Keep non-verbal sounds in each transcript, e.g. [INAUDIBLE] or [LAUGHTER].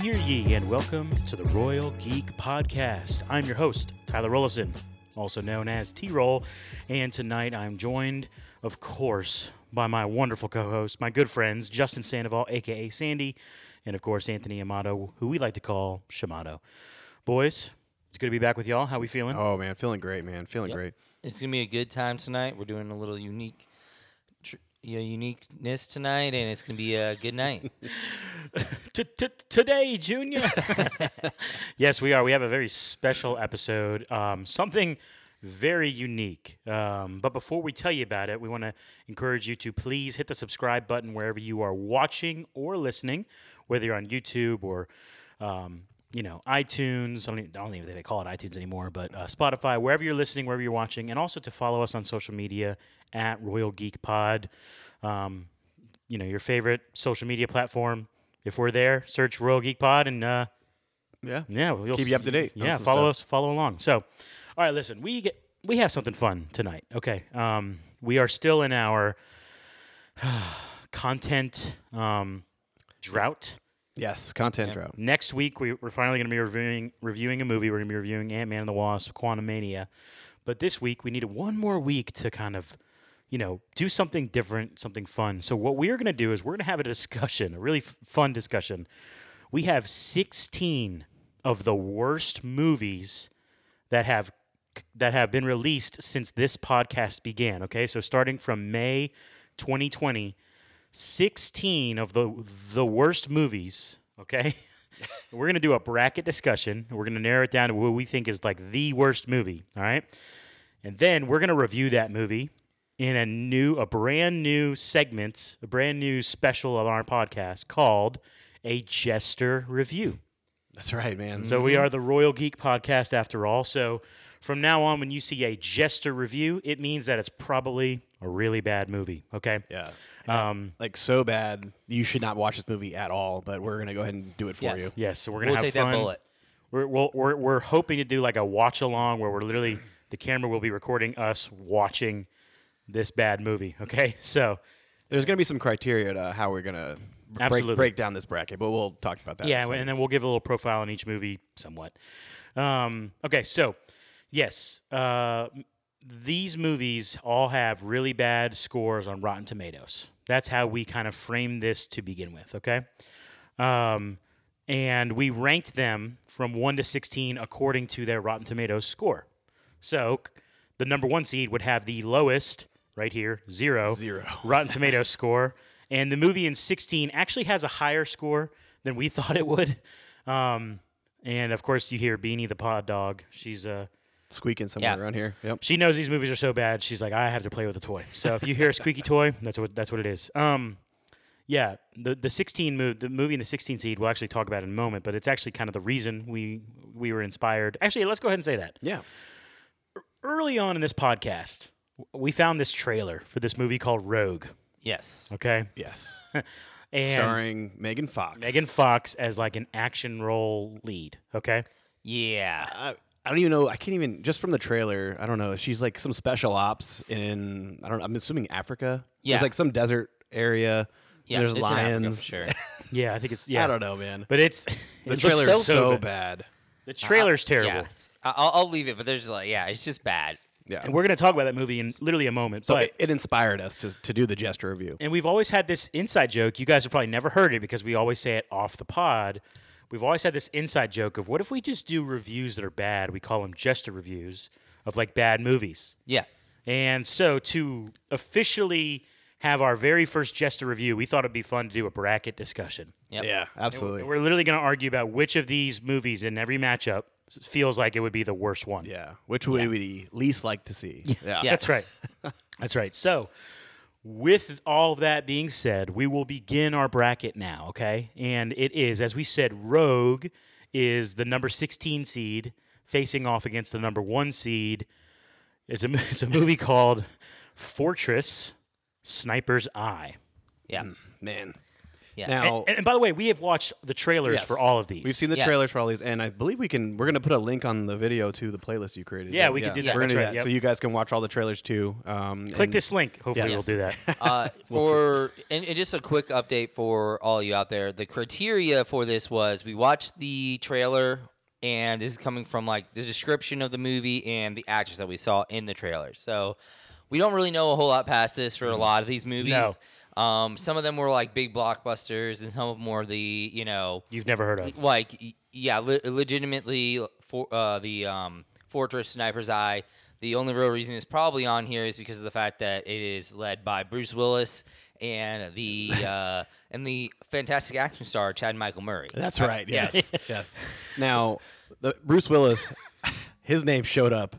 and welcome to the Royal Geek Podcast. I'm your host, Tyler Rollison, also known as T Roll, and tonight I'm joined, of course, by my wonderful co host, my good friends, Justin Sandoval, aka Sandy, and of course, Anthony Amato, who we like to call Shamato. Boys, it's good to be back with y'all. How we feeling? Oh man, feeling great, man. Feeling Yep. great. It's gonna be a good time tonight. We're doing a little unique, tr- yeah, uniqueness tonight, and it's gonna be a [LAUGHS] good night. T- t- today, Junior. yes, we are. We have a very special episode, um, something very unique. Um, but before we tell you about it, we want to encourage you to please hit the subscribe button wherever you are watching or listening, whether you're on YouTube or. Um, you know, iTunes. I don't, even, I don't even think they call it iTunes anymore, but uh, Spotify, wherever you're listening, wherever you're watching, and also to follow us on social media at Royal Geek Pod. Um, you know your favorite social media platform. If we're there, search Royal Geek Pod, and uh, Yeah. yeah, we'll you'll Keep you up to date on Yeah, some follow stuff. us, follow along. So, all right, listen, we get we have something fun tonight. Okay, um, we are still in our [SIGHS] content um, drought. Yes, content drought. Next week, we, we're finally going to be reviewing reviewing a movie. We're going to be reviewing Ant Man and the Wasp, Quantum Mania. But this week, we needed one more week to kind of, you know, do something different, something fun. So what we're going to do is we're going to have a discussion, a really f- fun discussion. We have 16 of the worst movies that have that have been released since this podcast began. Okay, so starting from May 2020, 16 of the the worst movies. Okay, [LAUGHS] we're gonna do a bracket discussion. We're gonna narrow it down to what we think is like the worst movie. All right, and then we're gonna review that movie in a new, a brand new segment, a brand new special of our podcast called a Jester Review. That's right, man. So Mm-hmm. we are the Royal Geek Podcast after all. So from now on, when you see a Jester review, it means that it's probably a really bad movie. Okay. yeah. Um, Like so bad, you should not watch this movie at all. But we're gonna go ahead and do it for Yes. you. yes. So we're gonna we'll have take fun. that bullet. We're, we'll, we're we're hoping to do like a watch along where we're literally the camera will be recording us watching this bad movie. Okay. [LAUGHS] So There's gonna be some criteria to how we're gonna break, Absolutely. break down this bracket, but we'll talk about that. in a yeah, second. and then we'll give a little profile on each movie somewhat. Um, okay, so yes, uh, m- these movies all have really bad scores on Rotten Tomatoes. That's how we kind of frame this to begin with. Okay, um, and we ranked them from one to sixteen according to their Rotten Tomatoes score. So c- the number one seed would have the lowest right here zero Zero. Rotten Tomatoes score. And the movie in 16 actually has a higher score than we [LAUGHS] thought it would. Um, and of course, you hear Beanie the Pod Dog. She's uh, squeaking somewhere Yeah. around here. Yep. she knows these movies are so bad. She's like, I have to play with a toy. So if you hear a squeaky toy, that's what that's what it is. Um, yeah, the the 16 move, the movie in the 16 seed. We'll actually talk about in a moment, but it's actually kind of the reason we we were inspired. Actually, let's go ahead and say that Yeah. early on in this podcast, w- we found this trailer for this movie called Rogue. Yes. Okay, Yes. and Starring Megan Fox. Megan Fox as like an action role lead. Okay. Yeah. I, I don't even know. I can't even just from the trailer. I don't know. She's like some special ops in. I don't. I'm assuming Africa. Yeah. It's like some desert area. Yeah. There's it's in Africa lions. for sure. Yeah, I think it's yeah. I don't know, man. But it's The it looks trailer is so, good. bad. Uh, The [LAUGHS] trailer's terrible. Uh, Yes. I- I'll, I'll leave it, but there's like, yeah, it's just bad. Yeah. And we're gonna talk about that movie in literally a moment. so but it, it inspired us to, to do the gesture review. and we've always had this inside joke. You guys have probably never heard it because we always say it off the pod. We've always had this inside joke of what if we just do reviews that are bad? We call them jester reviews of like bad movies. Yeah. And so to officially have our very first jester review, we thought it'd be fun to do a bracket discussion. Yep. Yeah, absolutely. We're literally going to argue about which of these movies in every matchup feels like it would be the worst one. yeah, which would we least like to see? Yeah, Yeah. That's right. [LAUGHS] That's right. So, with all of that being said, we will begin our bracket now, okay? And it is, as we said, Rogue is the number 16 seed facing off against the number one seed. It's a, [LAUGHS] mo- it's a movie called Fortress Sniper's Eye. Yeah. man. Yeah. Now, And, and, and by the way, we have watched the trailers Oh. yes, for all of these. We've seen the Yes. trailers for all these, and I believe we can. We're gonna put a link on the video to the playlist you created. Yeah, we could do that. We're That's gonna do right, that, yep. so you guys can watch all the trailers too. Um, Click and- this link. Hopefully, Yes. we'll do [LAUGHS] that. uh, for and, and just a quick update for all you out there. The criteria for this was we watched the trailer, and this is coming from like the description of the movie and the actors that we saw in the trailer. So we don't really know a whole lot past this for a lot of these movies. No. Um, some of them were like big blockbusters, and some of them were the you know You've never heard of. like y- yeah le- legitimately for uh, the um, fortress sniper's eye the only real reason it's probably on here is because of the fact that it is led by bruce willis and [LAUGHS] the uh, and the fantastic action star chad michael murray That's [LAUGHS] right. Yes. yes. Now, the, Bruce Willis, his name showed up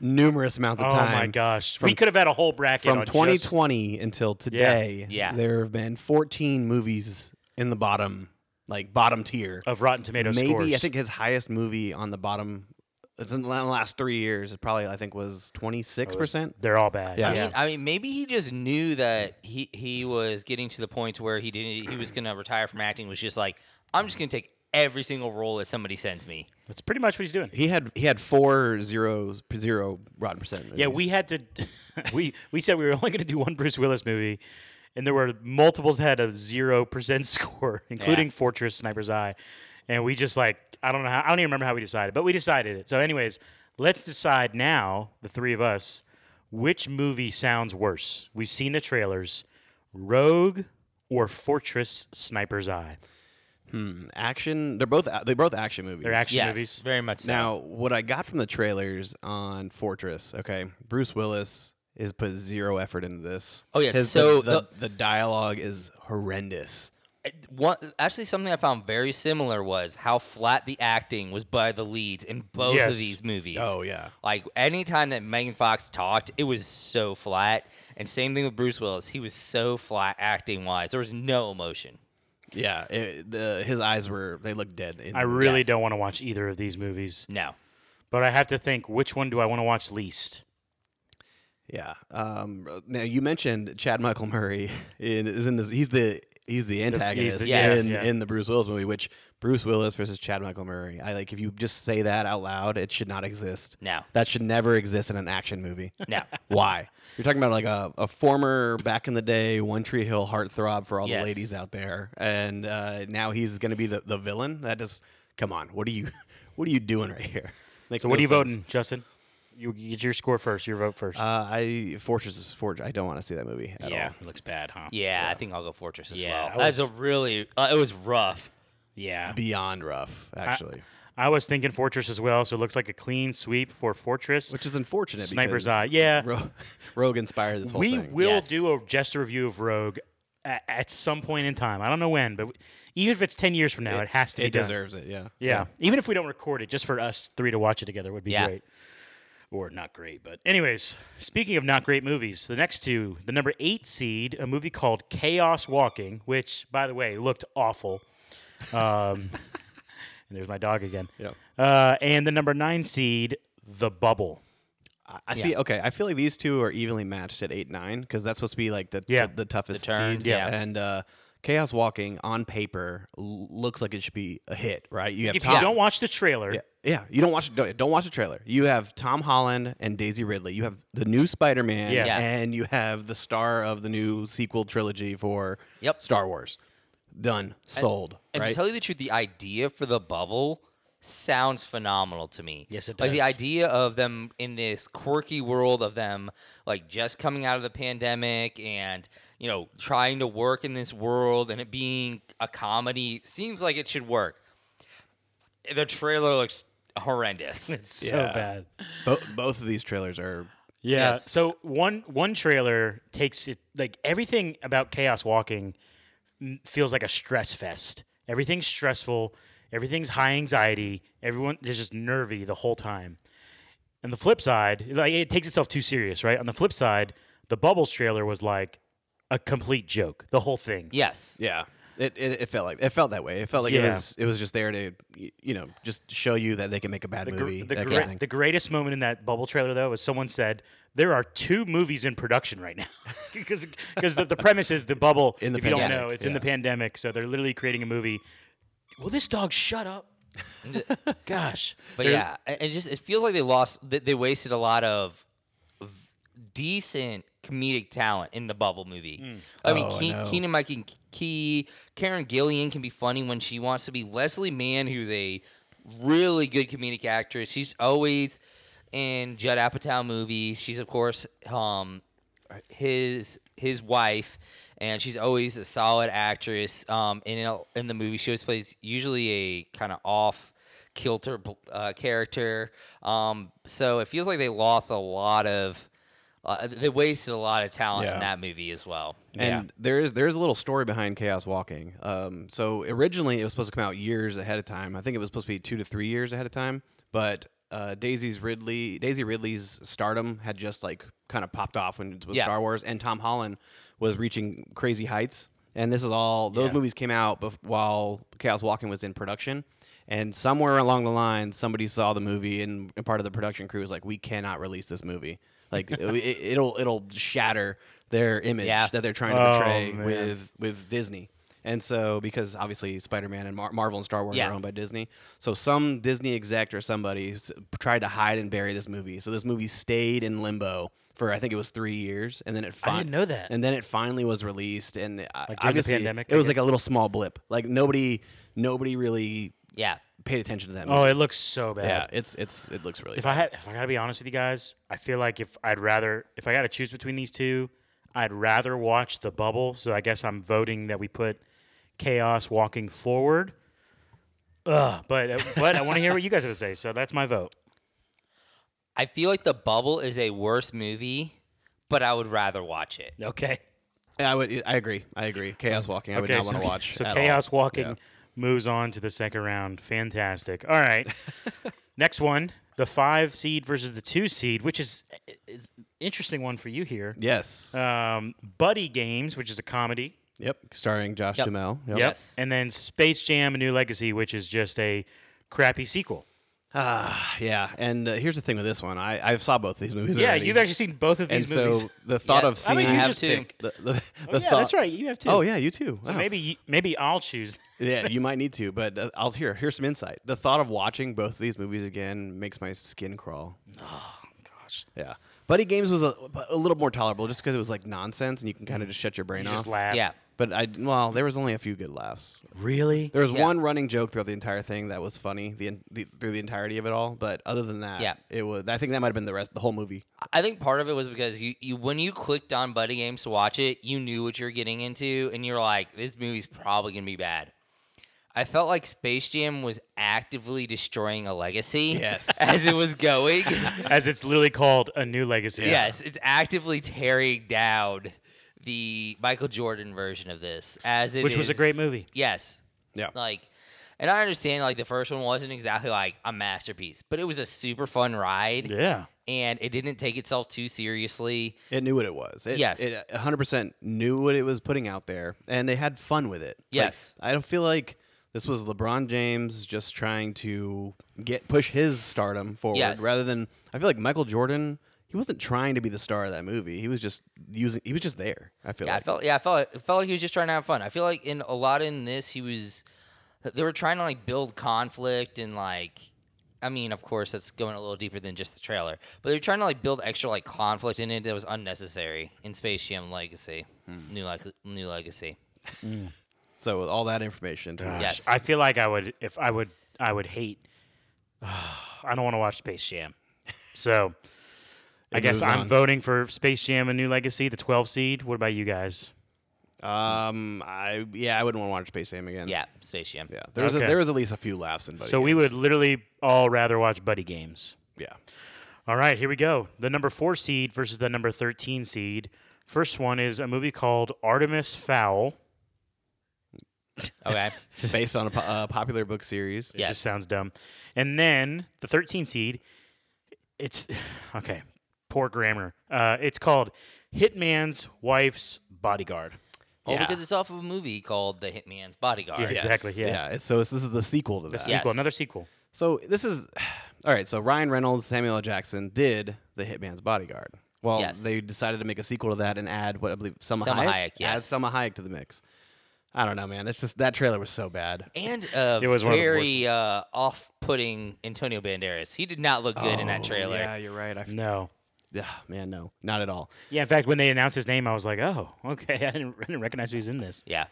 numerous amounts of Oh times. my gosh, we From- could have had a whole bracket From on just- 2020 until today, Yeah. there have been 14 movies in the bottom, like bottom tier. of Rotten Tomatoes Maybe scores. I think his highest movie on the bottom, it's in the last three years. It probably I think was Oh, 26 percent. they're all bad. Yeah. I mean, I mean, maybe he just knew that he, he was getting to the point to where he didn't he was gonna retire from acting. Was just like, I'm just gonna take every single role that somebody sends me. that's pretty much what he's doing. He had he had four zero zero rotten percent. Yeah, movies. we had to. [LAUGHS] we we said we were only going to do one Bruce Willis movie, and there were multiples had a zero percent [LAUGHS] score, including Fortress Sniper's Eye, and we just like I don't know how I don't even remember how we decided, but we decided it. So, anyways, let's decide now, the three of us, which movie sounds worse. We've seen the trailers, Rogue or Fortress Sniper's Eye. action. They're both they're both action movies. They're action Yes, movies. very much so. Now, what I got from the trailers on Fortress, okay, Bruce Willis has put zero effort into this. Oh, yeah, His- so the, the- the, the dialogue is horrendous. one actually something I found very similar was how flat the acting was by the leads in both Yes. Oh, of these movies. Oh, yeah, Like anytime that Megan Fox talked, it was so flat. And same thing with Bruce Willis. He was so flat acting wise. There was no emotion. yeah. it- the his eyes were they looked dead. In I the- really don't want to watch either of these movies, No. but I have to think which one do I want to watch least. yeah. Um, now you mentioned Chad Michael Murray in, is in this. He's the he's the antagonist yes, in, yeah. in the Bruce Willis movie, which Bruce Willis versus Chad Michael Murray. I like if you just say that out loud, it should not exist. No. that should never exist in an action movie. [LAUGHS] No. Oh, Why? You're talking about like a, a former back in the day One Tree Hill heartthrob for all Yes. the ladies out there, and uh, now he's going to be the, the villain. That just come on. What are you [LAUGHS] What are you doing right here? Makes So what no are you sense. voting, Justin? You get your score first. Your vote first. Uh, I Fortress is Fortress. I don't want to see that movie at all. it looks bad, huh? Yeah, I think I'll go Fortress as Yeah, well. I That was a was- really uh, it was rough. yeah. Beyond rough, actually, I was thinking Fortress as well, so it looks like a clean sweep for Fortress. which is unfortunate. Sniper's Eye, because yeah. Ro- [LAUGHS] Rogue inspired this whole we thing. will Yes. do a just a review of Rogue at, at some point in time. I don't know when, but even if it's ten years from now, it, has to be It done. deserves it. Yeah. Yeah. even if we don't record it, just for us three to watch it together would be Yeah. great. Or not great, but anyways, speaking of not great movies, the next two, the number eight seed, a movie called Chaos Walking, which by the way looked awful. [LAUGHS] Um, and there's my dog again. Yep. Uh, and the number nine seed, The Bubble. I- I see. Okay, I feel like these two are evenly matched at eight nine because that's supposed to be like the Yeah. the, the toughest The turn, seed. yeah. and uh, Chaos Walking on paper l- looks like it should be a hit, right? You have If Tom, you don't watch the trailer, yeah, yeah, you don't watch don't, don't watch the trailer. You have Tom Holland and Daisy Ridley. You have the new Spider Man, Yeah. Yeah. and you have the star of the new sequel trilogy for Yep. Star Wars. Done, sold, And right? to tell you the truth, the idea for the bubble sounds phenomenal to me. Yes, it Like the does. idea of them in this quirky world of them, like just coming out of the pandemic and you know trying to work in this world and it being a comedy seems like it should work. The trailer looks [LAUGHS] horrendous. it's so Yeah. bad. Bo- both of these trailers are Yeah. Yes. Uh, So one one trailer takes it like everything about Chaos Walking m- feels like a stress fest. Everything's stressful. Everything's high anxiety. Everyone is just nervy the whole time. And the flip side, like it takes itself too serious, right? On the flip side, the Bubbles trailer was like a complete joke. The whole thing. yes. yeah. It, it, it felt like it felt that way. It felt like it Yeah. was it was just there to y- you know just show you that they can make a bad The, gr- movie. the, that gre- kind of thing. the greatest moment in that bubble trailer, though, is someone said, There are two movies in production right now. [LAUGHS] Because the, the premise is the bubble, In the if you don't pandemic, know, it's in yeah. the pandemic. So they're literally creating a movie. Will this dog shut up? Gosh. But yeah, and it just it feels like they lost. They, they wasted a lot of v- decent comedic talent in the Bubble movie. I mean, Oh, I Ke- know. Keenan Michael Key, Karen Gillian can be funny when she wants to be. Leslie Mann, who's a really good comedic actress, she's always in Judd Apatow movies. She's of course um his his wife. And she's always a solid actress. Um, and in, in the movie, she always plays usually a kind of off kilter bl- uh, character. Um, so it feels like they lost a lot of, uh, they wasted a lot of talent Yeah. in that movie as well. And there is there is a little story behind Chaos Walking. Um, so originally it was supposed to come out years ahead of time. I think it was supposed to be two to three years ahead of time. But uh, Daisy's Ridley, Daisy Ridley's stardom had just like kind of popped off when with Yeah. Star Wars, and Tom Holland was reaching crazy heights. And this is all those movies came out bef- while Chaos Walking was in production. And somewhere along the line, somebody saw the movie, and, and part of the production crew was like, "We cannot release this movie. Like, [LAUGHS] it, it'll it'll shatter their image Yeah. that they're trying." trying to Oh, portray man. with with Disney. And so, because obviously Spider-Man and Mar- Marvel and Star Wars Yeah. are owned by Disney, so some Disney exec or somebody s- tried to hide and bury this movie. So this movie stayed in limbo for I think it was three years, and then it fi- didn't know that. And then it finally was released, and like during the obviously pandemic, it I was like guess? a little small blip. Like nobody, nobody really Yeah. paid attention to that movie. Oh, it looks so bad. yeah, it's it's it looks really. If bad. I had, if I gotta be honest with you guys, I feel like if I'd rather, if I gotta choose between these two, I'd rather watch the bubble. So I guess I'm voting that we put chaos walking forward. Ugh, but uh, [LAUGHS] but I want to hear what you guys have to say. So that's my vote. I feel like The Bubble is a worse movie, but I would rather watch it. Okay. Yeah, I would. I agree. I agree. Chaos Walking. I would Oh. okay. not so, want to watch. So at all. chaos walking Yeah. moves on to the second round. Fantastic. All [LAUGHS] right. Next one, the five seed versus the two seed, which is, uh, is an interesting one for you here. Yes. Um, Buddy Games, which is a comedy. yep. Starring Josh Yep. Duhamel. Yep. Yes. And then Space Jam: A New Legacy, which is just a crappy sequel. Ah, yeah. And uh, here's the thing with this one. I, I saw both these movies. yeah, already. you've actually seen both of And these so movies. the thought Yeah. of I seeing. mean, you have just pick. [LAUGHS] The, the, oh, yeah, that's right. You have two. Oh yeah, you too. Wow. Maybe you, maybe I'll choose. [LAUGHS] yeah, you might need to, but uh, I'll hear. Here's some insight. The thought of watching both of these movies again makes my skin crawl. Oh, Gosh, Yeah. Buddy Games was a, a little more tolerable just because it was like nonsense and you can kind of just shut your brain you off. just laugh. Yeah. But I well, there was only a few good laughs. Really? There was Yeah. one running joke throughout the entire thing that was funny the, en- the through the entirety of it all, but other than that, Yeah. it was. I think that might have been the rest, the whole movie. I think part of it was because you, you when you clicked on Buddy Games to watch it, you knew what you're getting into, and you're like, this movie's probably gonna be bad. I felt like Space Jam was actively destroying a legacy. Yes. [LAUGHS] As it [LAUGHS] was going. As it's literally called, A New Legacy. Yes, it's actively tearing down the Michael Jordan version of this. As it Which was a is- great movie. Yes. Yeah. Like and I understand like the first one wasn't exactly like a masterpiece, but it was a super fun ride Yeah. and it didn't take itself too seriously. It knew what it was. It, uh, Yes. It 100% knew what it was putting out there and they had fun with it. Like, Yes. I don't feel like this was LeBron James just trying to get push his stardom forward Yes. rather than I feel like Michael Jordan he wasn't trying to be the star of that movie. He was just using he was just there. I feel Yeah, I like felt yeah, I felt it felt like he was just trying to have fun. I feel like in a lot in this he was they were trying to like build conflict and like I mean, of course, that's going a little deeper than just the trailer, but they're trying to like build extra like conflict in it that was unnecessary in Space Jam Legacy, Hmm. new like new legacy. so with all that information to me, Yes. I feel like I would if I would I would hate. [SIGHS] I don't want to watch Space Jam. [LAUGHS] So I It guess moves I'm on. voting for Space Jam: A New Legacy, the 12 seed. What about you guys? Um I yeah, I wouldn't want to watch Space Jam again. Yeah, Space Jam. Yeah. There was a, Okay. there was at least a few laughs in Buddy So we Games. would literally all rather watch Buddy Games. [LAUGHS] Yeah. All right, here we go. The number four seed versus the number 13 seed. First one is a movie called Artemis Fowl. [LAUGHS] Okay. Based on a po- uh, popular book series. It yes. just sounds dumb. And then the 13 seed, it's [SIGHS] okay, poor grammar. Uh, it's called Hitman's Wife's Bodyguard. All Yeah. because it's off of a movie called The Hitman's Bodyguard. Yeah, exactly, yeah. it's, so it's, this is the sequel to that. Sequel, Yes. another sequel. So this is [SIGHS] all right. So Ryan Reynolds, Samuel L. Jackson did the Hitman's Bodyguard. Well, Yes. they decided to make a sequel to that and add what I believe Selma, Selma Hayek. Hayek, yes. Add Selma Hayek to the mix. I don't know, man. It's just that trailer was so bad. And uh, It was one of the very uh, off-putting Antonio Banderas. He did not look good in that Oh, trailer. Yeah, you're right. I f- [SIGHS] No. Ah, man, no, not at all. Yeah, in fact, when they announced his name, I was like, oh, [LAUGHS] okay. I didn't, I didn't recognize he was in this. Yeah.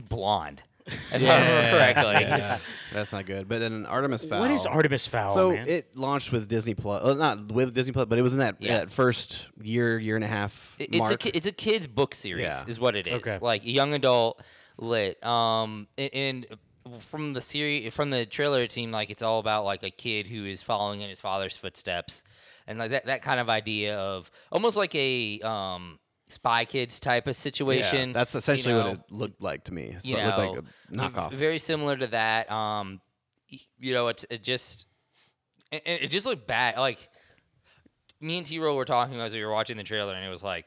[LAUGHS] blonde. If I remember [LAUGHS] correctly. That's not good. But then Artemis Fowl. What is Artemis Oh, Fowl, So man? it launched with Disney Plus, uh, not with Disney Plus, but it was in that, Yeah. that first year, year and a half. It- It's a mark. ki- it's a kids book series Yeah. is what it is. Okay. Like a young adult lit. Um a- and, from the series from the trailer it seemed like it's all about like a kid who is following in his father's footsteps and like that that kind of idea of almost like a um spy kids type of Yeah, situation. that's you essentially know? what it looked like to me. So you it looked know, like a knockoff. v- Very similar to that. Um, y- you know, it's it just it, it just looked bad. Like me and T Roll were talking as we were watching the trailer, and it was like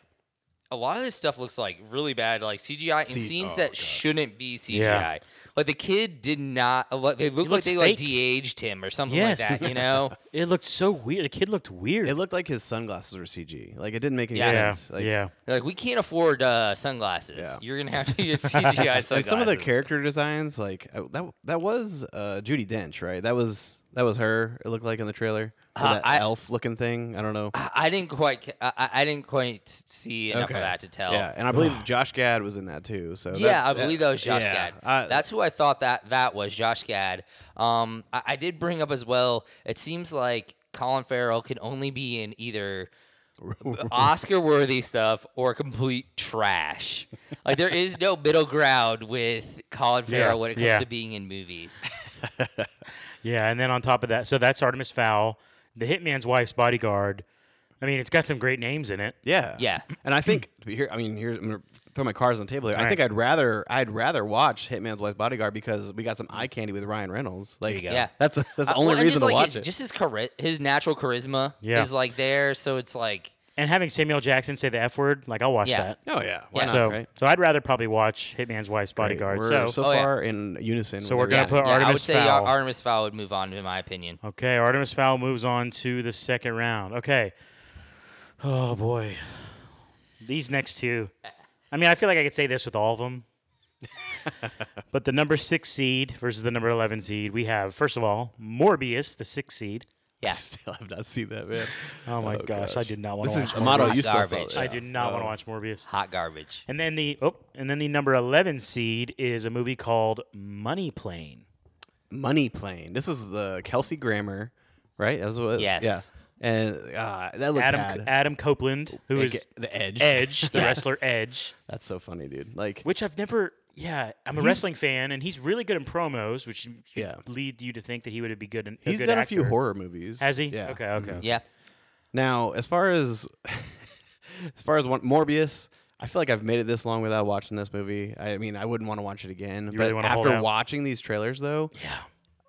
a lot of this stuff looks like really bad, like CGI in C- scenes oh, that God. shouldn't be CGI. Yeah. Like the kid did not. a lot- They looked like looks they like fake. de-aged him or something Yes. like that. You know. it looked so weird. The kid looked weird. It looked like his sunglasses were CG. Like it didn't make any yeah, sense. Like, yeah. They're like we can't afford uh, sunglasses. Yeah. You're gonna have to get CGI sunglasses. Like some of the character designs, like uh, that that was uh, Judy Dench, right? That was that was her. It looked like in the trailer, Or Uh, that I- elf looking thing. I don't know. I I didn't quite. ca- I, I I didn't quite see enough Okay. of that to tell. Yeah, and I believe Josh Gad was in that too. So yeah, that's- uh, I believe that was Josh yeah, Gad. I- That's who I thought that that was Josh Gad. Um, I, I did bring up as well. It seems like Colin Farrell can only be in [LAUGHS] either Oscar-worthy stuff or complete trash. Like there is no middle ground with Colin Farrell when it comes yeah. to being in movies. Yeah, and then on top of that, so that's Artemis Fowl, the hitman's wife's bodyguard. I mean, it's got some great names in it. yeah, Yeah. And I think to be here, I mean, here I'm gonna throw my cards on the table here. I All think right. I'd rather I'd rather watch Hitman's Wife's Bodyguard because we got some eye candy with Ryan Reynolds. Like, you go. Yeah. that's that's the Uh, only well, and reason just to like watch his, it. Just his chari- his natural charisma Yeah. is like there, so it's like. And having Samuel Jackson say the F word, like, I'll watch Yeah. that. oh yeah, why Yeah. not? So, right? so I'd rather probably watch Hitman's Wife's Great. Bodyguard. We're so, so Oh, yeah. far in unison. So with we're gonna everything. put [LAUGHS] I would Artemis say Ar- Fowl. Artemis Fowl would move on, in my opinion. okay, Artemis Fowl moves on to the second round. Okay. Oh boy, these next two. I mean, I feel like I could say this with all of [LAUGHS] them. but the number six seed versus the number eleven seed, we have first of all Morbius, the six seed. Yeah. Still have not seen that man. Oh my gosh, I did not want to This watch. is Amato. Morbius. You still saw Garbage. it. I do not Um, want to watch Morbius. Hot garbage. And then the oh, and then the number eleven seed is a movie called Money Plane. Money Plane. This is the Kelsey Grammer, right? That was what. Yes. Yeah. And uh, that looked Adam bad. Adam Copeland, who Like, is the Edge? [LAUGHS] [LAUGHS] Edge, the Yes. wrestler Edge, That's so funny, dude. Like, which I've never. Yeah, I'm a wrestling fan, and he's really good in promos, which should Yeah. lead you to think that he would be good. In, he's good done a few actor. horror movies. Has he? Yeah. Okay. Okay. Yeah. Mm-hmm. Now, as far as [LAUGHS] as far as one, Morbius, I feel like I've made it this long without watching this movie. I mean, I wouldn't want to watch it again. but really wanna hold after out? watching these trailers, though, Yeah.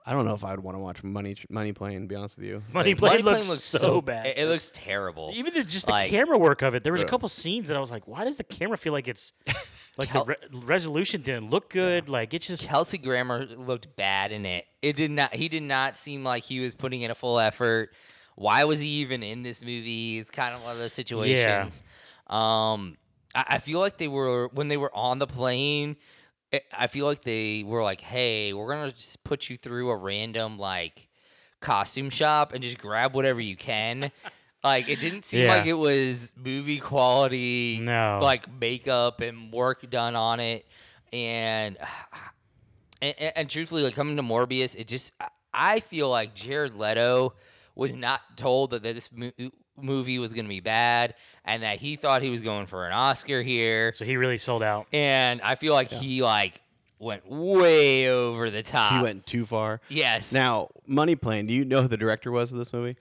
I don't know if I would want to watch Money Money Plane. To be honest with you, Money Like, Plane, Money Plane looks, so, bad. It, it looks terrible. Even the, just the like- camera work of it. There was a Yeah. couple scenes that I was like, why does the camera feel like it's like Kel- the re- resolution didn't look good? Like it just Kelsey Grammer looked bad in it. It did not. He did not seem like he was putting in a full effort. Why was he even in this movie? It's kind of one of those situations. Um, I, I feel like they were when they were on the plane. I- I feel like they were like, "Hey, we're gonna just put you through a random like costume shop and just grab whatever [LAUGHS] you can." Like it didn't seem Yeah. like it was movie quality, No. like makeup and work done on it, and and, and, and truthfully, like coming to Morbius, it just I- I feel like Jared Leto was not told that this mo- movie was going to be bad, and that he thought he was going for an Oscar here, so he really sold out. and I feel like he like went way over the top. he went too far. yes. Now, Money Plane. Do you know who the director was of this movie?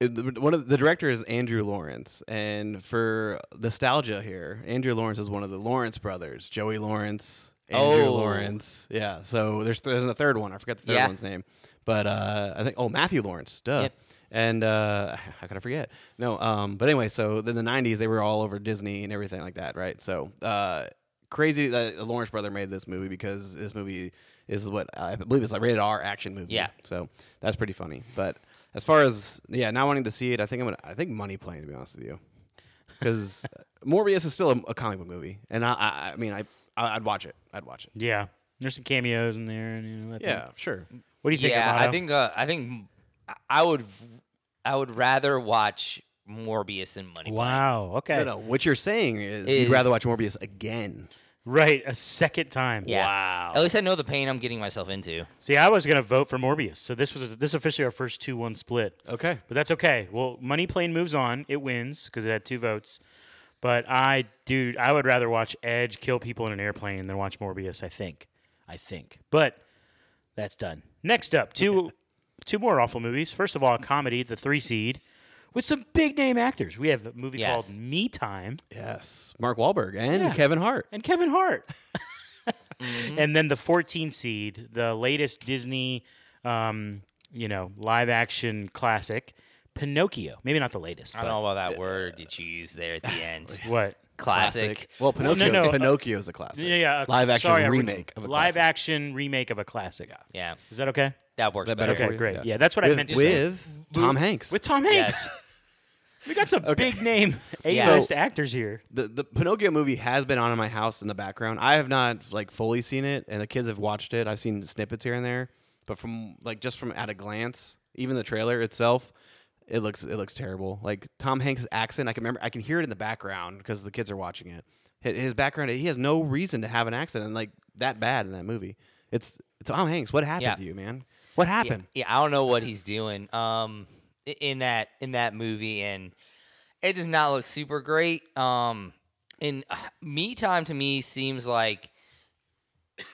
It- the- One of the director is Andrew Lawrence, and for nostalgia here, Andrew Lawrence is one of the Lawrence brothers, Joey Lawrence, Andrew Oh. Lawrence. Yeah, so there's there's a third one. I forgot the third Yeah. one's name, but uh, I think oh Matthew Lawrence, duh. Yep. And uh, how could I forget? No, um, but anyway, so in the '90s they were all over Disney and everything like that, right? So uh, crazy that the Lawrence brother made this movie because this movie is what I believe it's like rated R action movie. Yeah. So that's pretty funny. But as far as yeah, not wanting to see it, I think I'm gonna I think Money Plane to be honest with you, because Morbius is still a, a comic book movie, and I I, I mean I I- I'd watch it. I'd watch it. Yeah, there's some cameos in there, and you know, I think- Yeah, sure. What do you think? yeah, I Amato? think uh, I think I- I would v- I would rather watch Morbius than Money. Plane. Wow. Okay. No, no. What you're saying is, Is- you'd rather watch Morbius again. Right. A second time. Yeah. Wow. At least I know the pain I'm getting myself into. See, I was gonna vote for Morbius, so this was this is officially our first two-one split. Okay. But that's okay. Well, Money Plane moves on. It wins because it had two votes. But I, dude, I would rather watch Edge kill people in an airplane than watch Morbius. I think, I think. But that's done. Next up, [LAUGHS] two, two more awful movies. First of all, a comedy, The Three Seed, with some big name actors. We have a movie Yes. called Me Time Yes. Mark Wahlberg and Yeah. Kevin Hart. and Kevin [LAUGHS] Hart. Mm-hmm. And then the 14 seed, the latest Disney, um, you know, live action classic, Pinocchio. Maybe not the latest, I but don't know about that word that you used there at the end. what? Classic. Well, Pinocchio. no, uh, Pinocchio is a classic. Yeah, yeah. a- Live action sorry, I re- remake of a live classic. action remake of a classic. Yeah, Is that okay? that works Is that better. better Okay, for you? great. Yeah, that's what I with, meant to say. with Tom Hanks. With Tom Hanks. [LAUGHS] Yes. We got some big name [LAUGHS] Yeah. A-list So- actors here. the the Pinocchio movie has been on in my house in the background. I have not like fully seen it, and the kids have watched it. I've seen snippets here and there, but from like just from at a glance, even the trailer itself, it looks it looks terrible. Like Tom Hanks' accent, I can remember, I can hear it in the background because the kids are watching it. Hi- His background, he has no reason to have an accent, and like that bad in that movie. It's Tom Hanks. What happened Yeah. to you, man? What Yeah, happened? yeah, I don't know what he's doing. Um, i- in that in that movie, and it does not look super great. Um, and uh, me time to me seems like, [COUGHS]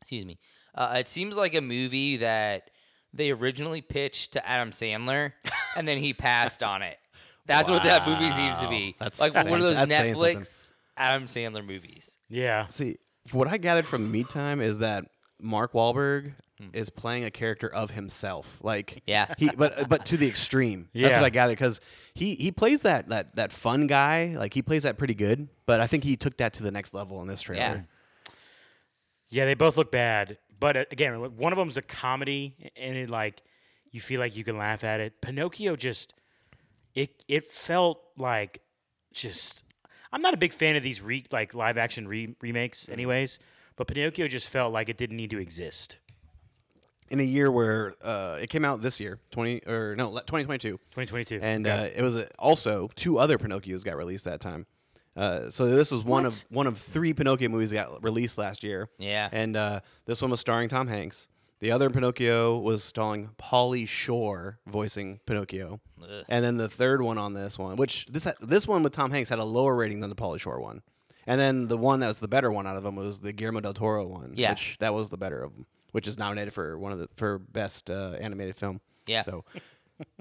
excuse me, uh, it seems like a movie that they originally pitched to Adam Sandler, and then he passed on it. That's what that movie seems to be. Wow. That's like one saying- of those that's saying something. Netflix Adam Sandler movies. Yeah. See, f- what I gathered from Meet Time is that Mark Wahlberg is playing a character of himself. Like, Hmm. Yeah. he but but to the [LAUGHS] extreme. That's Yeah. what I gathered because he he plays that that that fun guy. Like he plays that pretty good, but I think he took that to the next level in this trailer. Yeah. Yeah, they both look bad. But uh, again, w- one of them's a comedy, and it like you feel like you can laugh at it. Pinocchio just it it felt like just. I'm not a big fan of these re, like live action re, Mm-hmm. remakes, anyways. But Pinocchio just felt like it didn't need to exist. In a year where uh, it came out this year, twenty or no, twenty twenty two. 2022. and Okay. uh, it was uh, also two other Pinocchios got released that time. Uh, so this was one of one of three Pinocchio movies that got released last year. Yeah. and uh, this one was starring Tom Hanks. The other Pinocchio was starring Polly Shore voicing Pinocchio, Ugh. and then the third one on this one, which this ha- this one with Tom Hanks had a lower rating than the Polly Shore one, and then the one that was the better one out of them was the Guillermo del Toro one. Yeah. which that was the better of them, which is nominated for one of the for best uh, animated film. Yeah. So,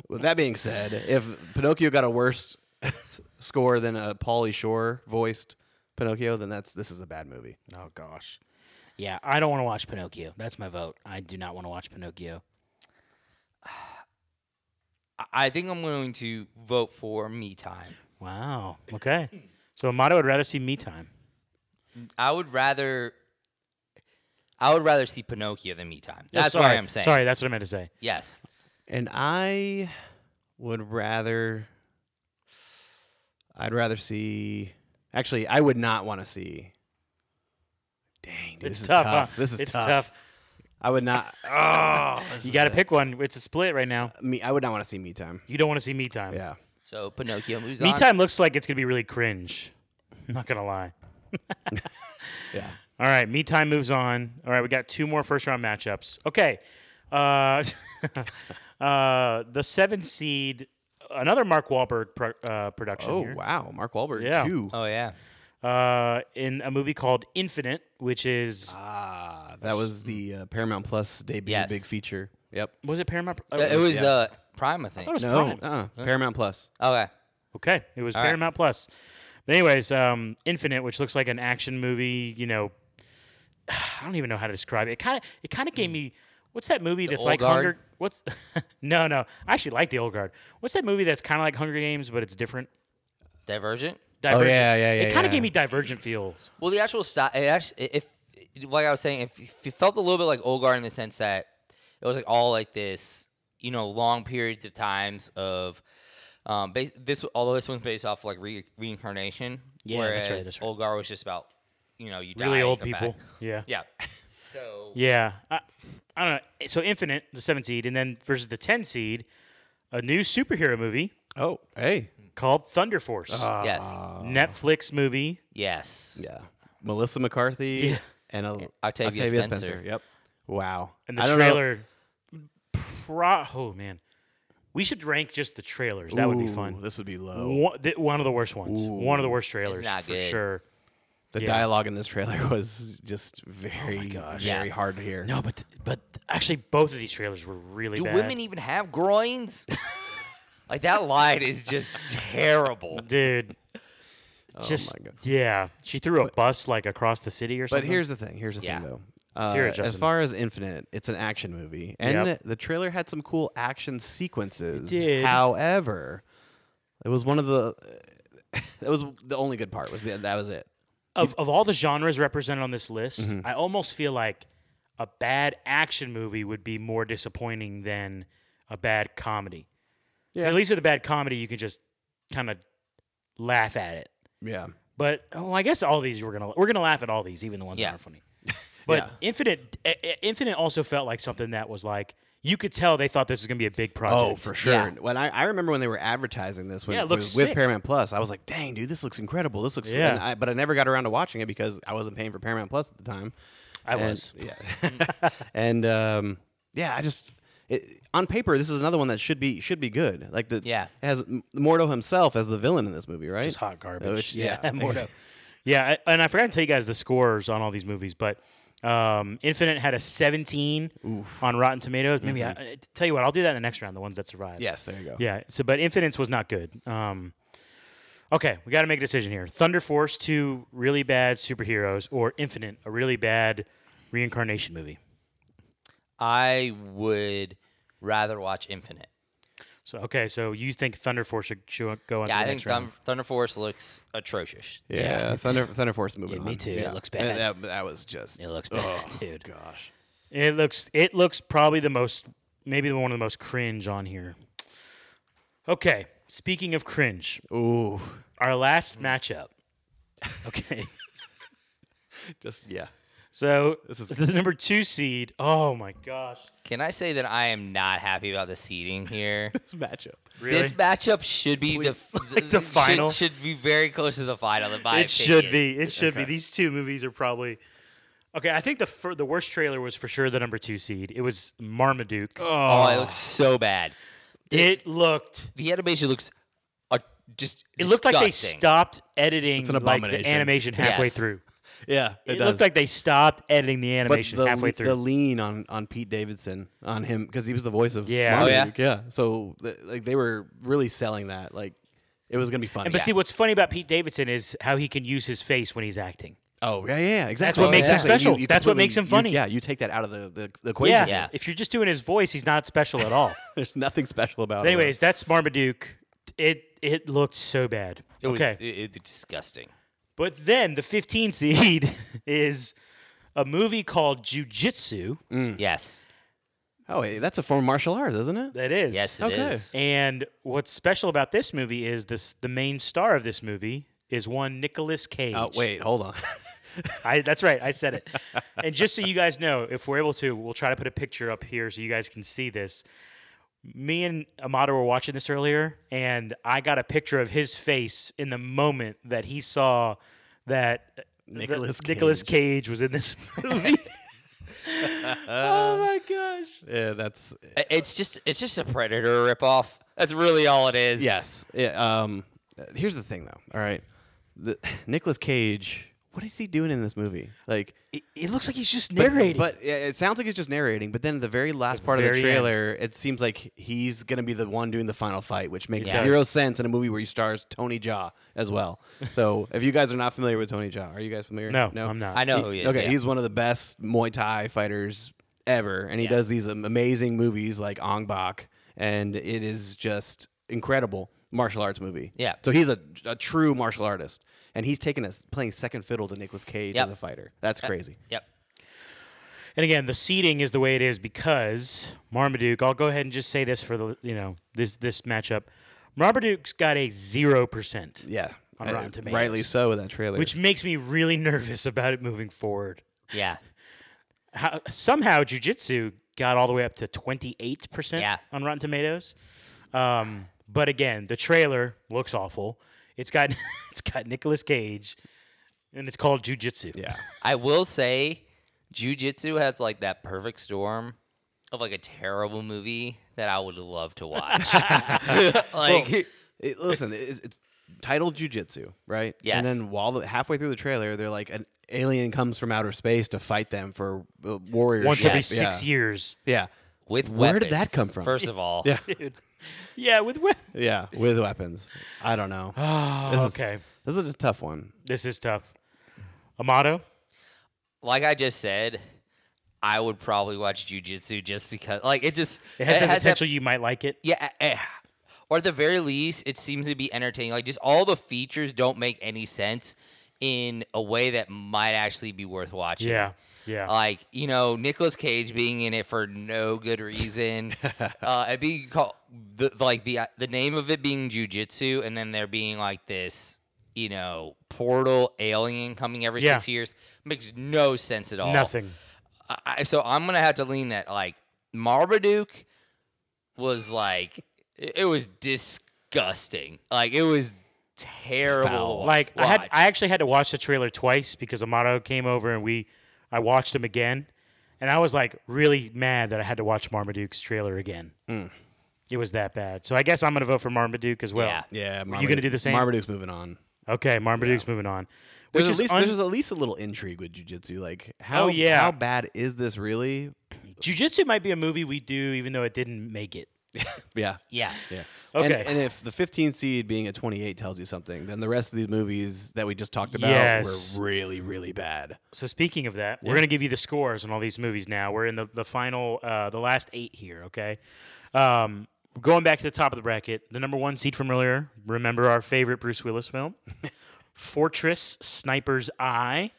with that being said, if Pinocchio got a worse [LAUGHS] score than a Pauly Shore voiced Pinocchio, then that's this is a bad movie. oh gosh. Yeah, I don't want to watch Pinocchio. That's my vote. I do not want to watch Pinocchio. I- I think I'm going to vote for me time. Wow. [LAUGHS] Okay. so Amato would rather see me time. I would rather I would rather see Pinocchio than Me Time. Yeah, That's sorry. what I'm saying. Sorry, that's what I meant to say. Yes. And I would rather I'd rather see actually I would not want to see Dang, dude, It's this is tough. tough. huh? This is it's tough. tough. I would not You [LAUGHS] got to pick one. It's a split right now. me I would not want to see me time. You don't want to see me time. Yeah. So Pinocchio moves Me on. time looks like it's gonna be really cringe. [LAUGHS] I'm not gonna lie. Yeah. All right, me time moves on. All right, we got two more first round matchups. Okay, uh, [LAUGHS] uh, the seven seed, another Mark Wahlberg pro- uh, production Oh here, wow, Mark Wahlberg Yeah. too. Oh yeah. uh, in a movie called Infinite, which is Ah, that was the uh, Paramount Plus debut Yes. big feature. Yep. was it Paramount? Oh, It was uh Prime, I think. thought it was No, Prime. uh, Paramount Plus. Okay. Okay, it was All right. Paramount Plus. But anyways, um, Infinite, which looks like an action movie, you know, [SIGHS] I don't even know how to describe it. It kind of it kind of gave me what's that movie that's Old like Guard? Hunger? What's [LAUGHS] no no? I actually like the Old Guard. What's that movie that's kind of like Hunger Games but it's different? Divergent? Divergent. yeah, yeah, yeah, It kind yeah. of gave me Divergent feels. Well, the actual style, it actually, if like I was saying, if if it felt a little bit like Olgar in the sense that it was like all like this, you know, long periods of times of. Um, ba- this although this one's based off like re- reincarnation, Yeah, whereas that's right, that's right. Olgar was just about, you know, you die, Really you old come back. people. Yeah. Yeah. [LAUGHS] So Yeah. I, I don't know. So Infinite, the seven seed, and then versus the ten seed, a new superhero movie Oh, hey. called Thunder Force. yes, Netflix movie. yes, Yeah. Melissa McCarthy Yeah. and Al- Octavia Octavia, Spencer. Spencer. Yep. Wow. And the I don't know- trailer. Pro- oh, man. We should rank just the trailers. That would be Ooh, fun. This would be low. One, th- one of the worst ones. One of the worst trailers not for good. sure. The Yeah. Oh dialogue in this trailer [LAUGHS] was just very, gosh. very Yeah. hard to hear. No, but but actually, both of these trailers were really Do bad. women even have groins? [LAUGHS] like that line is just terrible. dude. Just Oh God. yeah, she threw a bus like across the city or But something. here's the thing. Here's the Yeah. thing, though. Uh-huh. hear it, Uh, as Justin. far as Infinite, it's an action movie, and Yep. the trailer had some cool action sequences. did. However, it was one of the. [LAUGHS] It was the only good part. Was the, that was it? of of all the genres represented on this list, Mm-hmm. I almost feel like a bad action movie would be more disappointing than a bad comedy. 'Cause Yeah. At least with a bad comedy, you can just kind of laugh at it. Yeah. But oh, I guess all these we're gonna we're gonna laugh at all these, even the ones Yeah. that aren't [LAUGHS] funny. But Infinite I- I- Infinite also felt like something that was like you could tell they thought this was gonna be a big project. Oh, for sure. Yeah. When I, I remember when they were advertising this, when Yeah, it it looks was sick. with Paramount Plus, I was like, "Dang, dude, this looks incredible. This looks." Yeah. Yeah. I, but I never got around to watching it because I wasn't paying for Paramount Plus at the time. I And- was. Yeah. [LAUGHS] and um, yeah, I just it, on paper, this is another one that should be should be good. Like the Yeah. it has M- Mordo himself as the villain in this movie, right? It's hot garbage. Which- yeah. [LAUGHS] Mordo. [LAUGHS] yeah, I- and I forgot to tell you guys the scores on all these movies, but um, Infinite had a 17 on Rotten Tomatoes. Maybe I, I- tell you what, I'll do that in the next round. The ones that survived. Yes, there you go. Yeah. So, but Infinite's was not good. Um, okay, we got to make a decision here. Thunder Force, two really bad superheroes, or Infinite, a really bad reincarnation movie. I would rather watch Infinite. So, okay, so you think Thunder Force should, should go on Yeah, to I the think next round? Thun- Thunder Force looks atrocious. Yeah, Thunder Thunder Force moving Yeah, on. me too. It looks And bad. That, that was just it looks bad, dude. gosh. It looks it looks probably the most maybe one of the most cringe on here. Okay, speaking of cringe, Ooh, our last matchup. Okay. [LAUGHS] just yeah. So this is [LAUGHS] the number 2 seed. Oh my gosh. Can I say that I am not happy about the seating here? This matchup. [LAUGHS] Really? This matchup should [LAUGHS] be the, f- Like the should- final? Should, be very close to the final. In my it should opinion. be. It should be. These two movies are probably Okay, I think the fir- the worst trailer was for sure the number 2 seed. It was Marmaduke. Oh, it looks so bad. it looked The animation looks uh, just. it looked like they disgusting. stopped editing like an the abomination. animation halfway Yes. through. Yeah, It, looked like they stopped editing the But animation the, halfway le- through. the lean on, on Pete Davidson on him because he was the voice of Yeah. Oh, yeah? Marmaduke, So th- like they were really selling that like it was gonna be funny. But see, what's funny about Pete Davidson is how he can use his face when he's acting. Oh yeah, yeah, yeah, exactly. what makes him Exactly. You- special. you That's what completely- makes him you- funny. yeah, you take that out of the the, the equation. Yeah. Yeah. If you're just doing his voice, he's not special at [LAUGHS] all. [LAUGHS] There's nothing special about But it. anyways, that's Marmaduke. It it looked so bad. It was okay. it, it, disgusting. but then the 15 seed [LAUGHS] is a movie called Jujitsu. Yes. Oh, hey, that's a form of martial arts, isn't it? That is. Yes, it is. Okay. And what's special about this movie is this the main star of this movie is one Nicolas Cage. Uh, Oh wait, hold [LAUGHS] on. I, that's right. I said it. [LAUGHS] and just so you guys know, if we're able to, we'll try to put a picture up here so you guys can see this. Me and Amato were watching this earlier, and I got a picture of his face in the moment that he saw that Nicolas that Nicolas Cage was in this [LAUGHS] movie. oh my gosh. Yeah, that's I- It's just it's just a predator ripoff. That's really all it is. yes. Yeah, um, uh, here's the thing though. All right, the, [SIGHS] Nicolas Cage. What is he doing in this movie? Like. it, looks like he's just But- But yeah, it sounds like he's just narrating. But then at the very last part of very the trailer, it seems like he's gonna be the one doing the final fight, which makes does. zero sense in a movie where he stars Tony Jaa as well. so if you guys are not familiar with Tony Jaa, are you guys familiar? no, I'm not. I know who he is. okay, yeah. he's one of the best Muay Thai fighters ever, and he does these am- amazing movies like Ong Bak, and it is just incredible. martial arts movie. Yeah. So he's a, a true martial artist, and he's taking us playing second fiddle to Nicolas Cage Yep. as a fighter. That's crazy. Yep. And again, the seating is the way it is because Marmaduke. I'll go ahead and just say this for the you know this this matchup. Marmaduke's got a zero percent, Yeah. On Uh, Rotten Tomatoes. Rightly so with that trailer. which makes me really [LAUGHS] nervous about it moving forward. Yeah. How, somehow, Jujitsu got all the way up to twenty eight percent Yeah. on Rotten Tomatoes. Um, but again, the trailer looks awful. It's got [LAUGHS] it's got Nicolas Cage, and it's called Jujitsu. [LAUGHS] yeah. I will say, jujitsu has like that perfect storm of like a terrible movie that I would love to watch. like, Well, it- listen, it's, it's titled Jujitsu, right? Yes. And then while the, halfway through the trailer, they're like, an alien comes from outer space to fight them for uh, warrior. Once ship. every yeah. six years. Yeah. with weapons. Where did that come from? First of all, [LAUGHS] Yeah. Dude. Yeah, with with Yeah. With weapons. I don't know. [SIGHS] Oh, [LAUGHS] This is- okay. This is a tough one. This is tough. Amato? like I just said, I would probably watch jujitsu just because, like, it just It has the that- potential you might like it. Yeah, eh, eh. or at the very least, it seems to be entertaining. Like just all the features don't make any sense in a way that might actually be worth watching. Yeah. Yeah. Like you know, Nicolas Cage being in it for no good [LAUGHS] reason, uh, it being called the, like the uh, the name of it being jujitsu, and then there being like this, you know, portal alien coming every Yeah. six years makes no sense at all. Nothing. I- I, so I'm gonna have to lean that like Marmaduke was like it, it was disgusting. Like it was terrible. to wa- Like I had watch. I actually had to watch the trailer twice because Amato came over and we I watched him again. And I was like really mad that I had to watch Marmaduke's trailer again. It was that bad. So I guess I'm gonna vote for Marmaduke as well. Yeah. Yeah. Marmaduke, gonna do the same? Marmaduke's moving on. Okay, Marmaduke's moving on. Which There's at is least un- there's at least a little intrigue with jujitsu. Like how Oh, yeah. how bad is this really? Jujitsu might be a movie we do even though it didn't make it. Yeah. yeah. Yeah. And, Okay. and if the 15 seed being a 28 tells you something, then the rest of these movies that we just talked about Yes. were really, really bad. So speaking of that, we're gonna give you the scores on all these movies now. We're in the the final, uh, the last eight here. Okay, um, going back to the top of the bracket, the number one seed from earlier. Remember our favorite Bruce Willis film, Fortress Sniper's Eye,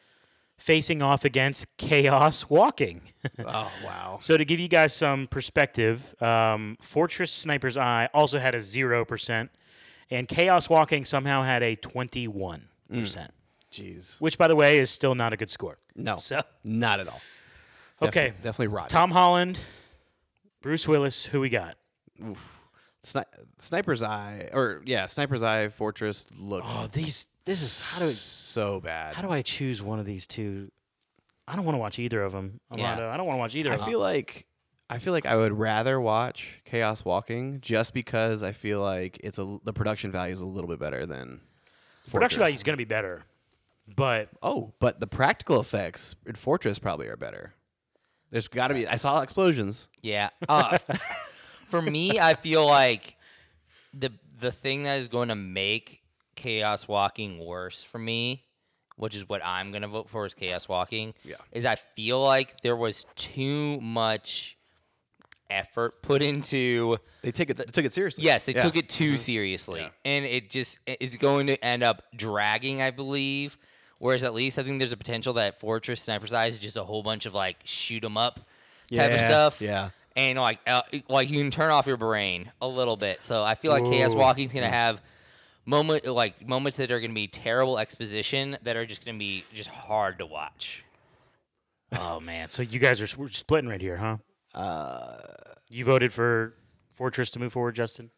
facing off against Chaos Walking. [LAUGHS] Oh wow. so to give you guys some perspective, um, Fortress Sniper's Eye also had a zero percent, and Chaos Walking somehow had a twenty one percent, Jeez. which by the way is still not a good score. No. So. Not at all. Okay. Definitely, definitely rotten. Tom Holland, Bruce Willis, who we got? Sni- Sniper's Eye or yeah, Sniper's Eye Fortress looked Oh, these. This is how do I, so bad. how do I choose one of these two? I don't want to watch either of them. I don't want to watch either. I of them. feel like I feel like I would rather watch Chaos Walking just because I feel like it's a the production value is a little bit better than production Fortress. value is going to be better, but Oh, but the practical effects in Fortress probably are better. There's got to be. I saw explosions. Yeah. Uh, for me, I feel like the the thing that is going to make chaos walking worse for me, which is what I'm going to vote for, is chaos walking. Yeah. Is I feel like there was too much effort put into They take it. They took it seriously. Yes, they Yeah. Mm-hmm. took it too seriously, and it just i- is going to end up dragging, I believe. Whereas at least I think there's a potential that Fortress Sniper's Eye is just a whole bunch of like shoot 'em up type of Yeah, stuff. yeah. and like uh, like you can turn off your brain a little bit. So I feel like Chaos Ooh. Walking's gonna have moment like moments that are gonna be terrible exposition that are just gonna be just hard to watch. oh man, so you guys are we're splitting right here, huh? Uh, You voted for Fortress to move forward, Justin.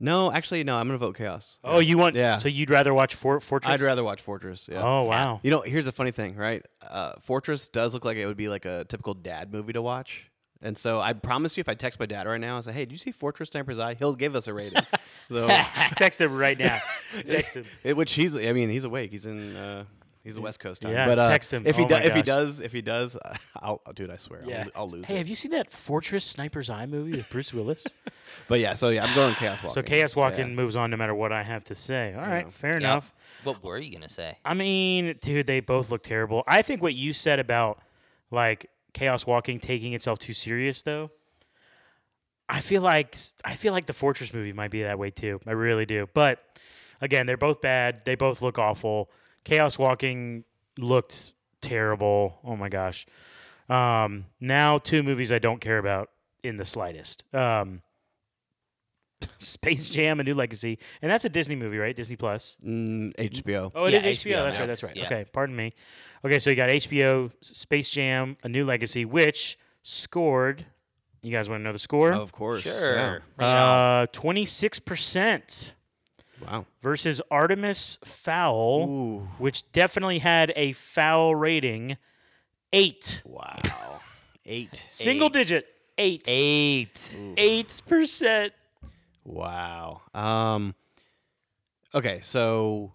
no, actually, no. I'm gonna vote Chaos. Oh, you want? Yeah. So you'd rather watch For- Fortress? I'd rather watch Fortress. Yeah. Oh wow. You know, here's the funny thing, right? Uh, Fortress does look like it would be like a typical dad movie to watch. And so I promise you, if I text my dad right now and say, "Hey, did you see Fortress Sniper's Eye?" He'll give us a [LAUGHS] rating. so, [LAUGHS] Text him right [LAUGHS] now. Text him. it- which he's—I mean, he's awake. He's in. Uh, he's the West Coast time. Yeah, but, uh, text him. if he Oh do- my if he gosh. does if he does. [LAUGHS] I'll, dude, I swear, I'll, I'll lose Hey, it. have you seen that Fortress Sniper's Eye movie with Bruce [LAUGHS] Willis? But yeah, so yeah, I'm going Chaos Walking. so Chaos Walking Yeah. moves on no matter what I have to say. All right, fair Yep. enough. What were you gonna say? I mean, dude, they both look terrible. I think what you said about like Chaos Walking taking itself too serious, though, I feel like I feel like the Fortress movie might be that way too. I really do. But again, they're both bad. They both look awful. Chaos Walking looked terrible. Oh my gosh. Um, now two movies I don't care about in the slightest. Um, [LAUGHS] Space Jam: A New Legacy, and that's a Disney movie, right? Disney Plus. Mm, HBO. Oh, it Yeah, is HBO. HBO, That's yeah. right. That's right. Yeah. Okay, pardon me. Okay, so you got HBO, S- Space Jam, A New Legacy, which scored. You guys want to know the score? of course. Sure. yeah. Uh, twenty-six percent Wow. versus Artemis Fowl, Ooh. which definitely had a foul rating, eight, Wow. Eight. single Eight. digit, eight, Eight. eight percent. Wow. Um. Okay, so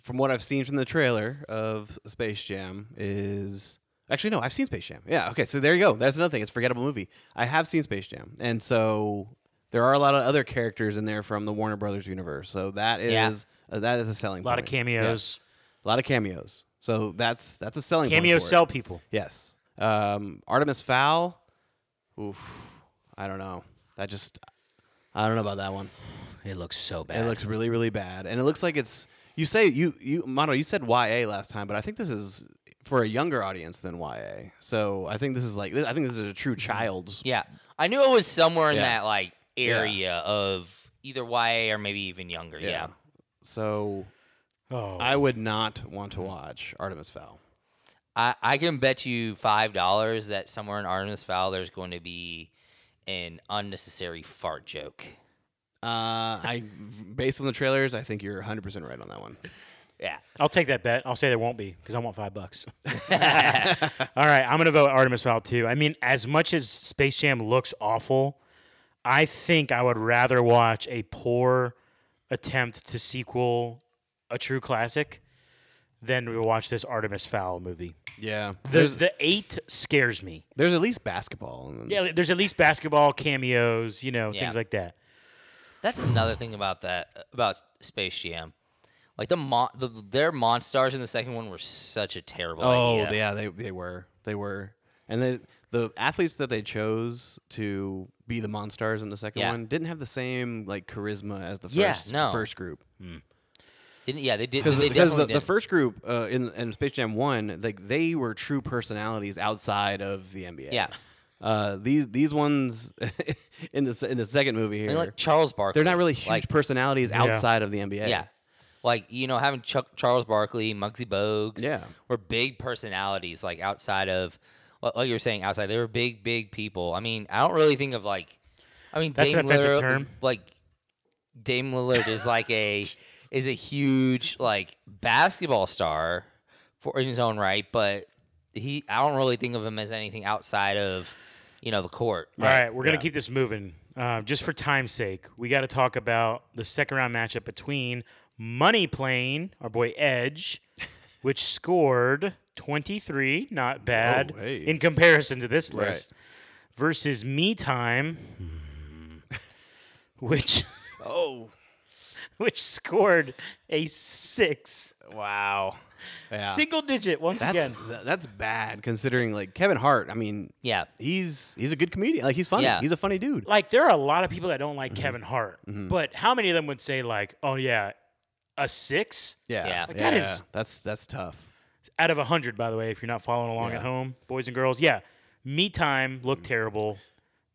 from what I've seen from the trailer of Space Jam is actually no, I've seen Space Jam. Yeah. Okay, so there you go. That's another thing. It's a forgettable movie. I have seen Space Jam, and so there are a lot of other characters in there from the Warner Brothers universe. So that is Yeah. uh, that is a selling. A lot of point. cameos. Yeah, a lot of cameos. So that's that's a selling. point Cameos for it. sell people. Yes. Um, Artemis Fowl. Oof. I don't know. That just. I don't know about that one. It looks so It bad. looks really, really bad, and it looks like it's. You say you you Mono. You said YA last time, but I think this is for a younger audience than YA. So I think this is like I think this is a true child's. yeah. I knew it was somewhere in Yeah. that like area of either YA or maybe even younger. Yeah. So Oh, I would not want to watch Artemis Fowl. I, I can bet you five dollars that somewhere in Artemis Fowl there's going to be an unnecessary fart joke. Uh, I based on the trailers, I think you're 100 percent right on that one. Yeah. I'll take that bet. I'll say there won't be because I want five bucks. [LAUGHS] All right, I'm gonna vote Artemis Fowl too. I mean, as much as Space Jam looks awful, I think I would rather watch a poor attempt to sequel a true classic than to watch this Artemis Fowl movie. Yeah, The there's the eight scares me. there's at least basketball. and- Yeah, there's at least basketball cameos, you know, Yeah. things like that. That's another thing about that about Space Jam. Like the, mon- the their monstars in the second one were such a terrible Oh idea. yeah, they they were they were, and the the athletes that they chose to be the monstars in the second Yeah. one didn't have the same like charisma as the first Yeah, no. first group Didn't yeah, they did because they because definitely the, did the first group uh, in in Space Jam one like they were true personalities outside of the NBA. Yeah. Uh, these these ones [LAUGHS] in the se- in the second movie here, I mean, like Charles Barkley. they're not really huge like, personalities outside of the NBA. Yeah. Like, you know, having Chuck, Charles Barkley, Muggsy Bogues Yeah. were big personalities, like outside of, like like you were saying, outside. They were big, big people. I mean, I don't really think of like, I mean, That's Dame an offensive Lillard, term. Like, Dame Lillard is like [LAUGHS] a is a huge like basketball star for in his own right, but he I don't really think of him as anything outside of you know the court. All right, we're gonna keep this moving. Uh, just for time's sake, we got to talk about the second round matchup between Money Plane, our boy [LAUGHS] Edge, which scored 23, not bad Oh, hey. in comparison to this Right. list, versus Me Time, which Hmm. [LAUGHS] Oh [LAUGHS] which scored a six, wow. Yeah. single digit once That's again. th- that's bad considering like Kevin Hart. I mean, Yeah. he's he's a good comedian. Like he's funny. Yeah. He's a funny dude. Like there are a lot of people that don't like Mm-hmm. Kevin Hart, but how many of them would say like, "Oh yeah, a six? Yeah. Like, that is- that's that's tough. out of 100 by the way if you're not following along Yeah. Mm-hmm. at home boys and girls yeah me time looked terrible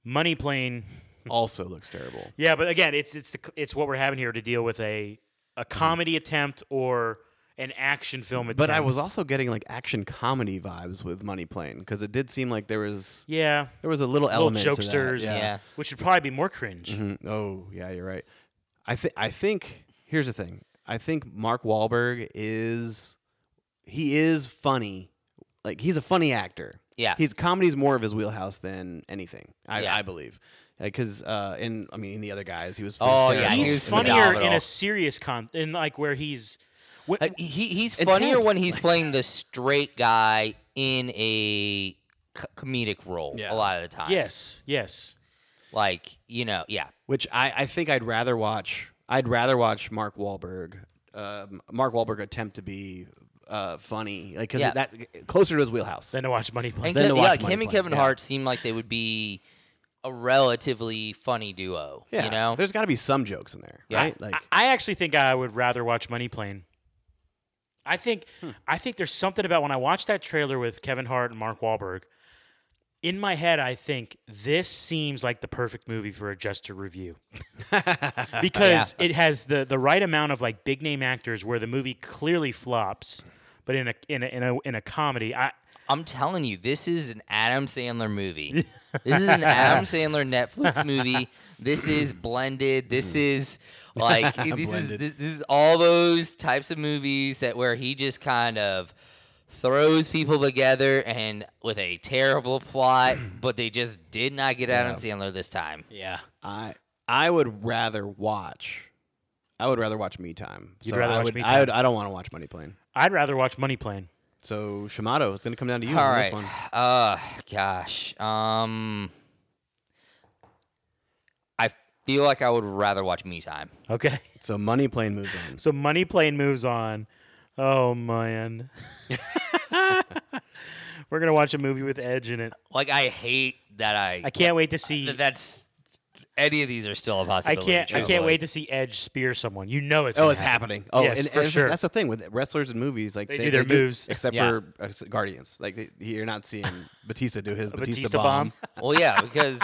money plane [LAUGHS] Also looks terrible. yeah but again it's it's the it's what we're having here to deal with a a comedy attempt or an action film attempt Mm-hmm. But I was also getting like action comedy vibes with Money Plane because it did seem like there was yeah there was a little little element to that. jokesters Yeah. which would probably be more cringe Mhm. Oh yeah, you're right. I think I think here's the thing. I think Mark Wahlberg is he is funny. Like he's a funny actor. Yeah. his comedy's more of his wheelhouse than anything. I, Yeah. I believe because uh, in I mean in the other guys he was Oh, hysterical yeah, in he's he the was funnier phenomenal. in a serious con in like where he's when, Like, Uh, he he's And funnier Ted. when he's playing the straight guy in a co- comedic role Yeah. a lot of the times. yes yes Like, you know, yeah. which I, I think I'd rather watch. I'd rather watch Mark Wahlberg, uh, Mark Wahlberg attempt to be uh, funny, like because Yeah. that closer to his wheelhouse. then to watch money plane And Then to Kev- yeah, watch like Money him and Plane, Kevin yeah. Hart seem like they would be a relatively funny duo. Yeah, You know? there's got to be some jokes in there, Yeah. right? Like, I, I actually think I would rather watch Money Plane. I think Hmm. I think there's something about when I watched that trailer with Kevin Hart and Mark Wahlberg. In my head, I think this seems like the perfect movie for a just to [LAUGHS] review because it has the the right amount of like big name actors where the movie clearly flops, but in a in a in a, in a comedy, I I'm telling you, this is an Adam Sandler movie. this is [LAUGHS] an Adam Sandler Netflix movie. This is blended. This is [LAUGHS] like this is Mm. Blended. this, this is all those types of movies that where he just kind of throws people together and with a terrible plot, but they just did not get Adam Sandler this time. yeah I I would rather watch. I would rather watch Me Time. You'd rather I watch would- Me I, Time. would, I don't want to watch Money Plane. I'd rather watch Money Plane. So Shimado, it's gonna come down to you All on right. this one. Uh gosh. Um I feel like I would rather watch Me Time. Okay, So Money Plane moves on. so Money Plane moves on. Oh [LAUGHS] man, we're gonna watch a movie with Edge in it. Like I hate that I, I can't wait to see. that that's any of these are still a I possibility. can't. I truthfully. can't wait to see Edge spear someone. You know it's. Oh, gonna it's happen. happening. Oh, Yes, and, for and sure. that's the thing with wrestlers and movies. Like They do their moves. except Yeah. for uh, s- Guardians. Like they, you're [LAUGHS] not seeing Batista do his Batista, Batista bomb. bomb. Well, [LAUGHS] yeah, because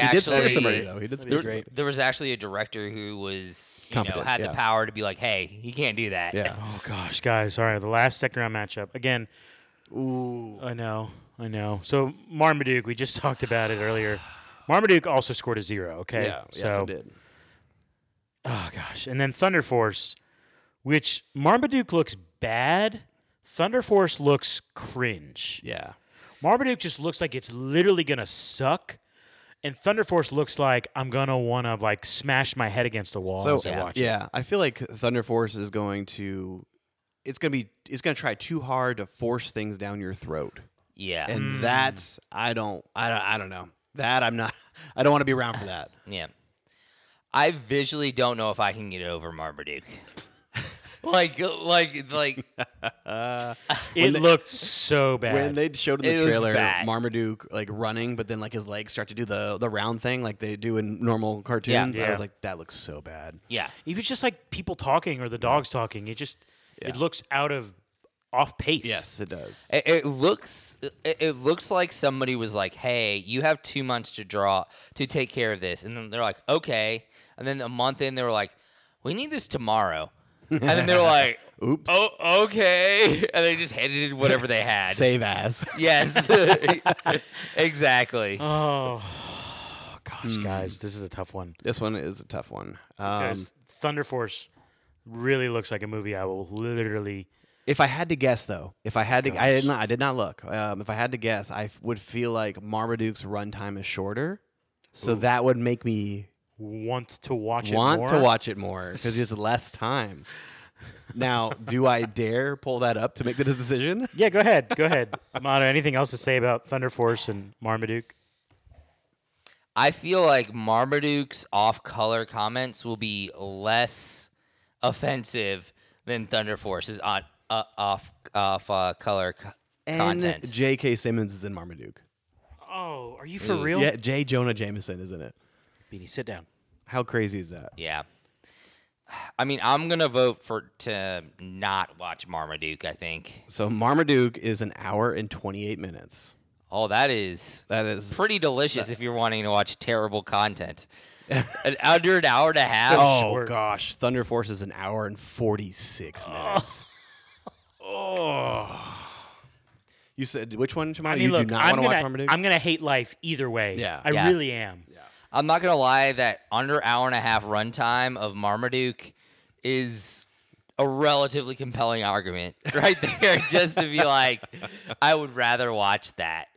He did actually spear somebody though. He did spear There, great. there was actually a director who was you know Competent, had yeah. the power to be like, hey, he can't do that. Yeah. Oh gosh, guys! All right, the last second round matchup again. Ooh. I know, I know. So Marmaduke, we just [LAUGHS] talked about it earlier. Marmaduke also scored a zero. Okay, Yeah. so yes, it did. oh gosh, and then Thunder Force, which Marmaduke looks bad. Thunder Force looks cringe. Yeah. Marmaduke just looks like it's literally gonna suck. And Thunder Force looks like I'm gonna wanna like smash my head against the wall So as I yeah, watch it. yeah, I feel like Thunder Force is going to. It's gonna be. It's gonna try too hard to force things down your throat, [LAUGHS] Yeah. and Mm. that's. I don't. I don't. I don't know. That I'm not. [LAUGHS] I don't want to be around for that. Yeah. I visually don't know if I can get over Marmaduke. [LAUGHS] like like like It [LAUGHS] looked so bad. When they showed in It the looks trailer bad. Marmaduke like running, but then like his legs start to do the the round thing like they do in normal cartoons. I Yeah. was like, that looks so bad. yeah. even just like people talking or the dogs talking, it just it looks out of off pace. Yes, it does. It, it looks it, it looks like somebody was like, "Hey, you have two months to draw to take care of this," and then they're like, "Okay," and then a month in, they were like, "We need this tomorrow," and then they were like, Oops. "Oh, okay," [LAUGHS] and they just handed in whatever they [LAUGHS] had. Save as. Yes, [LAUGHS] exactly. Oh, [SIGHS] gosh, guys, this is a tough one. this one is a tough one. Hmm. Um, 'Cause Thunder Force really looks like a movie I will literally. if I had to guess, though, if I had to, I did not. I did not look. Um, if I had to guess, I f- would feel like Marmaduke's runtime is shorter, so that would make me Want to watch it want more. to watch it [LAUGHS] more because it's less time. Now, do I dare pull that up to make [LAUGHS] the decision? Yeah, go ahead. Go ahead. [LAUGHS] Amado, anything else to say about Thunder Force and Marmaduke? I feel like Marmaduke's off-color comments will be less offensive than Thunder Force's on uh, off off uh, color co- And content. J.K. Simmons is in Marmaduke. Oh, are you for real? Uh, Yeah, J. Jonah Jameson is in it. Beanie, sit down. How crazy is that? yeah. I mean, I'm gonna vote for to not watch Marmaduke. I think. So Marmaduke is an hour and 28 minutes. Oh, that is That is pretty delicious if you're wanting to watch terrible content. an under an hour and a half. So- Oh short. gosh, Thunder Force is an hour and 46 minutes. Oh, You said which one, Shimon? I mean, Oh, you look, do not I'm want to gonna, watch Marmaduke? I'm gonna hate life either way. Yeah. I Yeah. really am. I'm not gonna lie, that under hour and a half runtime of Marmaduke is a relatively compelling argument [LAUGHS] right there, just to [LAUGHS] be like, I would rather watch that.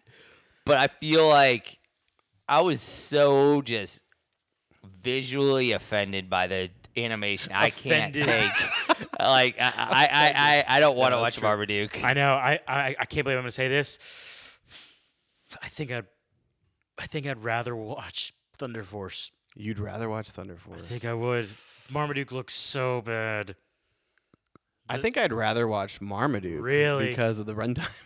But I feel like I was so just visually offended by the animation. I Offended. can't take. [LAUGHS] like I, I, I, I, I don't want to No, that's watch true. Marmaduke. I know. I, I I can't believe I'm gonna say this. I think I'd I think I'd rather watch Thunder Force. You'd rather watch Thunder Force. I think I would. Marmaduke looks so bad. I think I'd rather watch Marmaduke Really? because of the runtime. [LAUGHS]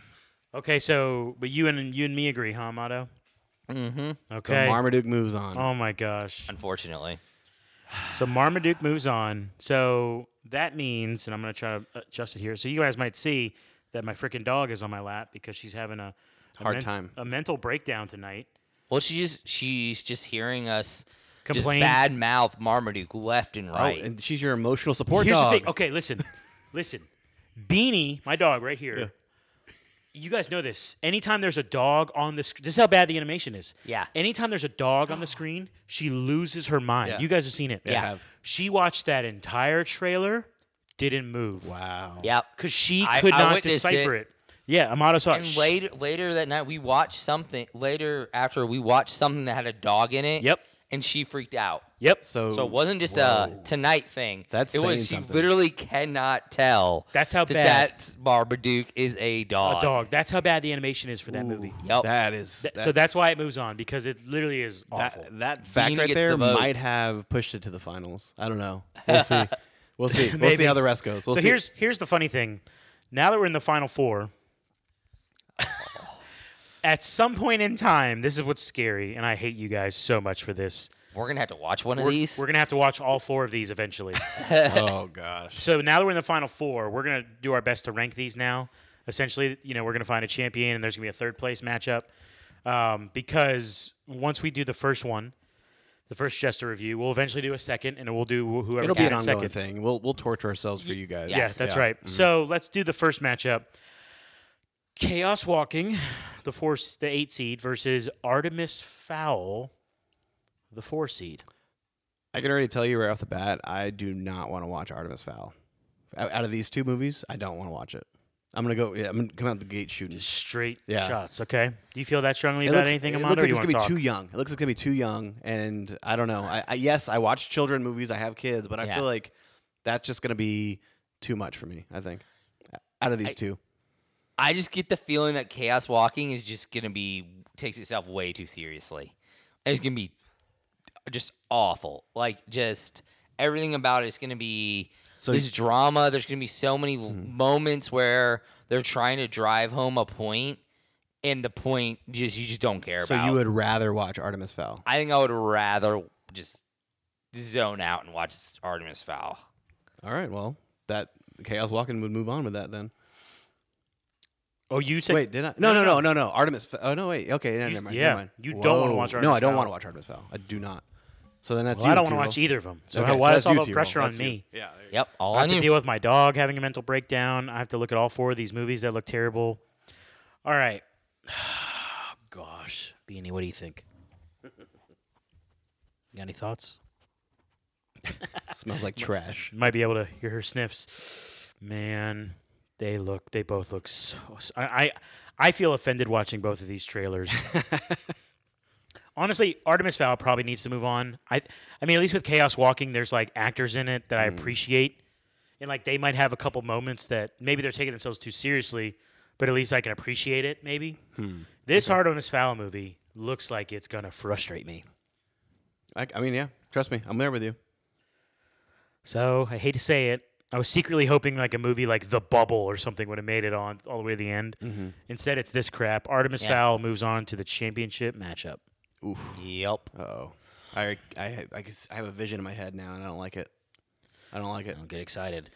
Okay, so but you and you and me agree, huh, Mato? Mm-hmm. So Okay. Marmaduke moves on. oh my gosh. Unfortunately, So Marmaduke moves on. So that means, and I'm going to try to adjust it here. So you guys might see that my freaking dog is on my lap because she's having a, a Hard time. a mental breakdown tonight. well, she just she's just hearing us Complain. just bad mouth Marmaduke left and Oh, right. and she's your emotional support Here's dog. the thing. oh, Okay, [LAUGHS] listen, listen. Beanie, my dog right here. You guys know this. Anytime there's a dog on the screen, this is how bad the animation is. Yeah. Anytime there's a dog on the screen, she loses her mind. Yeah. You guys have seen it. Yeah, I Yeah. have. She watched that entire trailer, didn't move. Wow. yep. Because she I- could I not witnessed decipher it. Yeah, Amato saw it. And Sh- later, later that night, we watched something. Later, after we watched something that had a dog in it. Yep. And she freaked out. Yep. So, So it wasn't just Whoa. a tonight thing. That's it saying was. She something. literally cannot tell. That's how that bad- that Marmaduke is a dog. a dog. That's how bad the animation is for that movie. Yep. that is. Th- so that's why it moves on because it literally is awful. That, that fact Beanie right gets there the vote. might have pushed it to the finals. I don't know. [LAUGHS] We'll see. We'll see. We'll see Maybe. how the rest goes. We'll so see. here's here's the funny thing. Now that we're in the final four, at some point in time, this is what's scary, and I hate you guys so much for this. We're gonna have to watch one of We're, these. we're gonna have to watch all four of these eventually. oh [LAUGHS] gosh. so now that we're in the final four, we're gonna do our best to rank these now. Essentially, you know, we're gonna find a champion, and there's gonna be a third place matchup. Um, because once we do the first one, the first Jester review, we'll eventually do a second, and we'll do wh- whoever It'll can be an in second. ongoing thing. We'll we'll torture ourselves for you guys. Yeah, Yes. that's Yeah. Mm-hmm. right. So let's do the first matchup: Chaos Walking, the four, the eight seed, versus Artemis Fowl, the four seed. I can already tell you right off the bat. I do not want to watch Artemis Fowl. Out out of these two movies, I don't want to watch it. I'm gonna go. Yeah, I'm gonna come out the gate shooting. Straight Yeah. shots. Okay. Do you feel that strongly It about looks- anything, it Amanda? looks or like you it's want gonna to be talk? too young. It looks like it's gonna be too young, and I don't know. I, I yes, I watch children movies. I have kids, but I Yeah. feel like that's just gonna be too much for me. I think out of these two, I just get the feeling that chaos walking is just gonna be takes itself way too seriously. And It's gonna be just awful. Like just everything about it is gonna be So Mm-hmm. this you- drama. There's gonna be so many l- moments where they're trying to drive home a point, and the point just you just don't care so about. you would rather watch Artemis Fowl. I think I would rather just zone out and watch Artemis Fowl. All right, well that Chaos Walking would move on with that then. Oh, you said wait, did I? No, no, no, no, no. Artemis. Fowl. Oh no, wait. Okay, no, You- never mind. yeah, never mind. you don't wanna Whoa. watch No, Artemis I don't Fowl. want to watch Artemis Fowl. I do not. So then that's Well, you, I don't want to T-Roll. watch either of them. So Okay, how- so why that's is all you, the T-Roll. pressure on That's you. me? Yeah. Yep, all I on have to you. deal with my dog having a mental breakdown. I have to look at all four of these movies that look terrible. All right. [SIGHS] Gosh, Beanie, what do you think? Got any thoughts? E- It smells like trash. might be able to hear her sniffs. Man, they look. They both look so. s- I I, I feel offended watching both of these trailers. Honestly, Artemis Fowl probably needs to move on. I I mean, at least with Chaos Walking, there's like actors in it that I appreciate, and like they might have a couple moments that maybe they're taking themselves too seriously, but at least I can appreciate it. Maybe this Artemis Fowl movie looks like it's gonna frustrate me. I, I mean, yeah. Trust me, I'm there with you. So I hate to say it. I was secretly hoping like a movie like The Bubble or something would have made it on all the way to the end. Instead, it's this crap. Artemis Yeah. Fowl moves on to the championship matchup. Yep. Oh, I I I, guess I have a vision in my head now, and I don't like it. I don't like it. Don't get excited.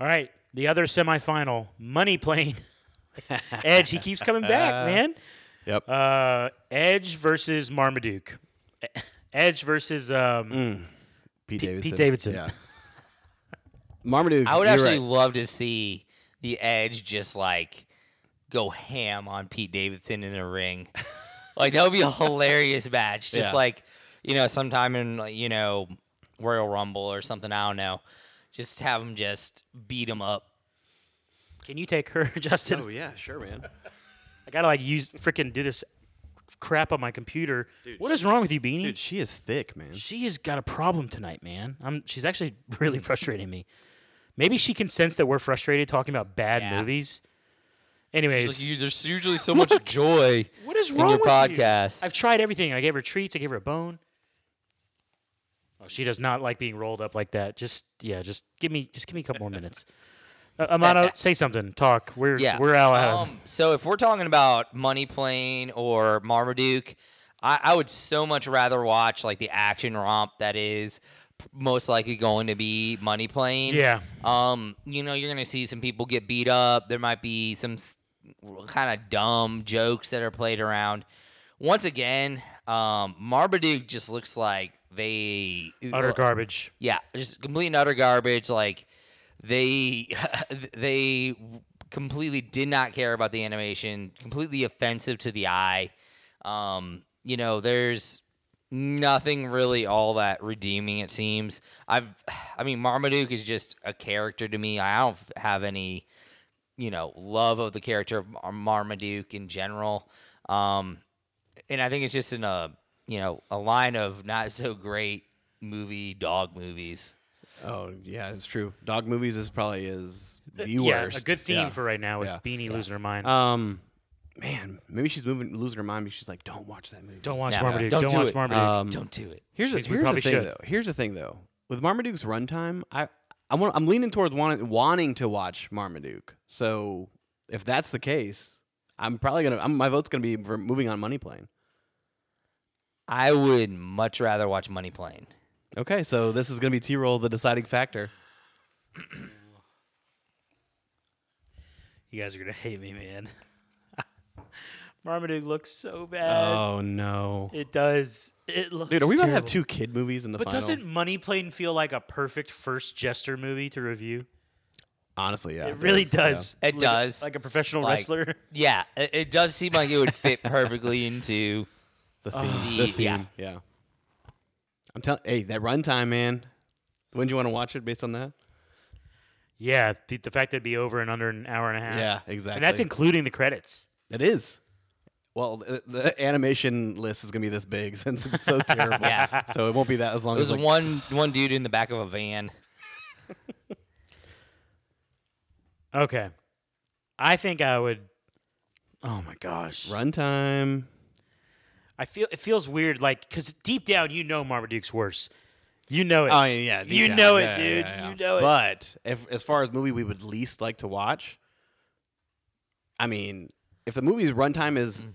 All right, the other semifinal, Money Plane. [LAUGHS] Edge, he keeps coming [LAUGHS] back, man. Yep. Uh, Edge versus Marmaduke. E- Edge versus um, Pete Davidson. Davidson. [LAUGHS] Yeah. Marmaduke. I would you're actually right. love to see the Edge just like go ham on Pete Davidson in the ring. like that would be a hilarious match. Just Yeah. like you know, sometime in like, you know Royal Rumble or something. I don't know. Just have him just beat him up. Can you take her, [LAUGHS] Justin? Oh yeah, sure, man. I gotta like use freaking do this crap on my computer. what is wrong with you, Beanie? Dude, she is thick, man. she has got a problem tonight, man. I'm, she's actually [LAUGHS] really frustrating me. Maybe she can sense that we're frustrated talking about bad Yeah. movies. Anyways, there's usually so much joy. what is in wrong your with podcast. You? I've tried everything. I gave her treats. I gave her a bone. Oh, she does not like being rolled up like that. Just yeah, just give me just give me a couple more minutes. Uh, Amano, say something. Talk. We're Yeah, we're out. of- Um, so if we're talking about Money Plane or Marmaduke, I, I would so much rather watch like the action romp that is p- most likely going to be money [LAUGHS] playing. Yeah. Um, you know, you're gonna see some people get beat up. There might be some kind of dumb jokes that are played around. Once again, um, Marmaduke just looks like they Utter garbage. yeah, just complete and utter garbage. Like they [LAUGHS] they completely did not care about the animation. Completely offensive to the eye. Um, you know, there's nothing really all that redeeming. It seems. I've, [SIGHS] I mean, Marmaduke is just a character to me. I don't have any, you know, love of the character of Mar- Marmaduke in general. Um, and I think it's just in a you know a line of not so great movie dog movies. Oh yeah, it's true. Dog movies is probably is the yeah, worst. a good theme Yeah. for right now with Yeah. Beanie losing her mind. Um, man, maybe she's moving losing her mind. because She's like, don't watch that movie. don't watch no, Marmaduke. don't Don't, do watch it. Marmaduke. Um, Don't do it. Here's the, Which we here's the probably thing should. though. Here's the thing though. With Marmaduke's runtime, I I'm one, I'm leaning towards wanting wanting to watch Marmaduke. So if that's the case, I'm probably gonna I'm, my vote's gonna be for moving on Money Plane. I would much rather watch Money Plane. Okay, so this is gonna be T roll the deciding factor. you guys are gonna [LAUGHS] hate me, man. Marmaduke looks so bad. Oh no, Uh, it does. It looks. dude, are we about to have terrible. two kid movies in the But final? doesn't Money Plane feel like a perfect first jester movie to review? honestly, yeah, It really does. yeah. It Like- does. Like a professional Like- wrestler. [LAUGHS] Yeah, it, it does seem like it would fit perfectly into The theme. the- the theme. yeah. Yeah. I'm telling. Hey, that runtime, man. When do you want to watch it? Based on that. Yeah, the, the fact that it'd be over in under an hour and a half. Yeah, And that's Ah, exactly. including the credits. It is. Well, the, the animation list is gonna be this big [LAUGHS] since it's so terrible. [LAUGHS] Yeah. So it won't be that as long it was as like, one one dude in the back of a van. Okay. I think I would. Oh my gosh. runtime. I feel it feels weird, like because deep down you know Marmaduke's worse. You know it. Oh yeah, deep You down. know it, Yeah, dude. yeah, yeah. You know it. But if as far as movie we would least like to watch, I mean, if the movie's runtime is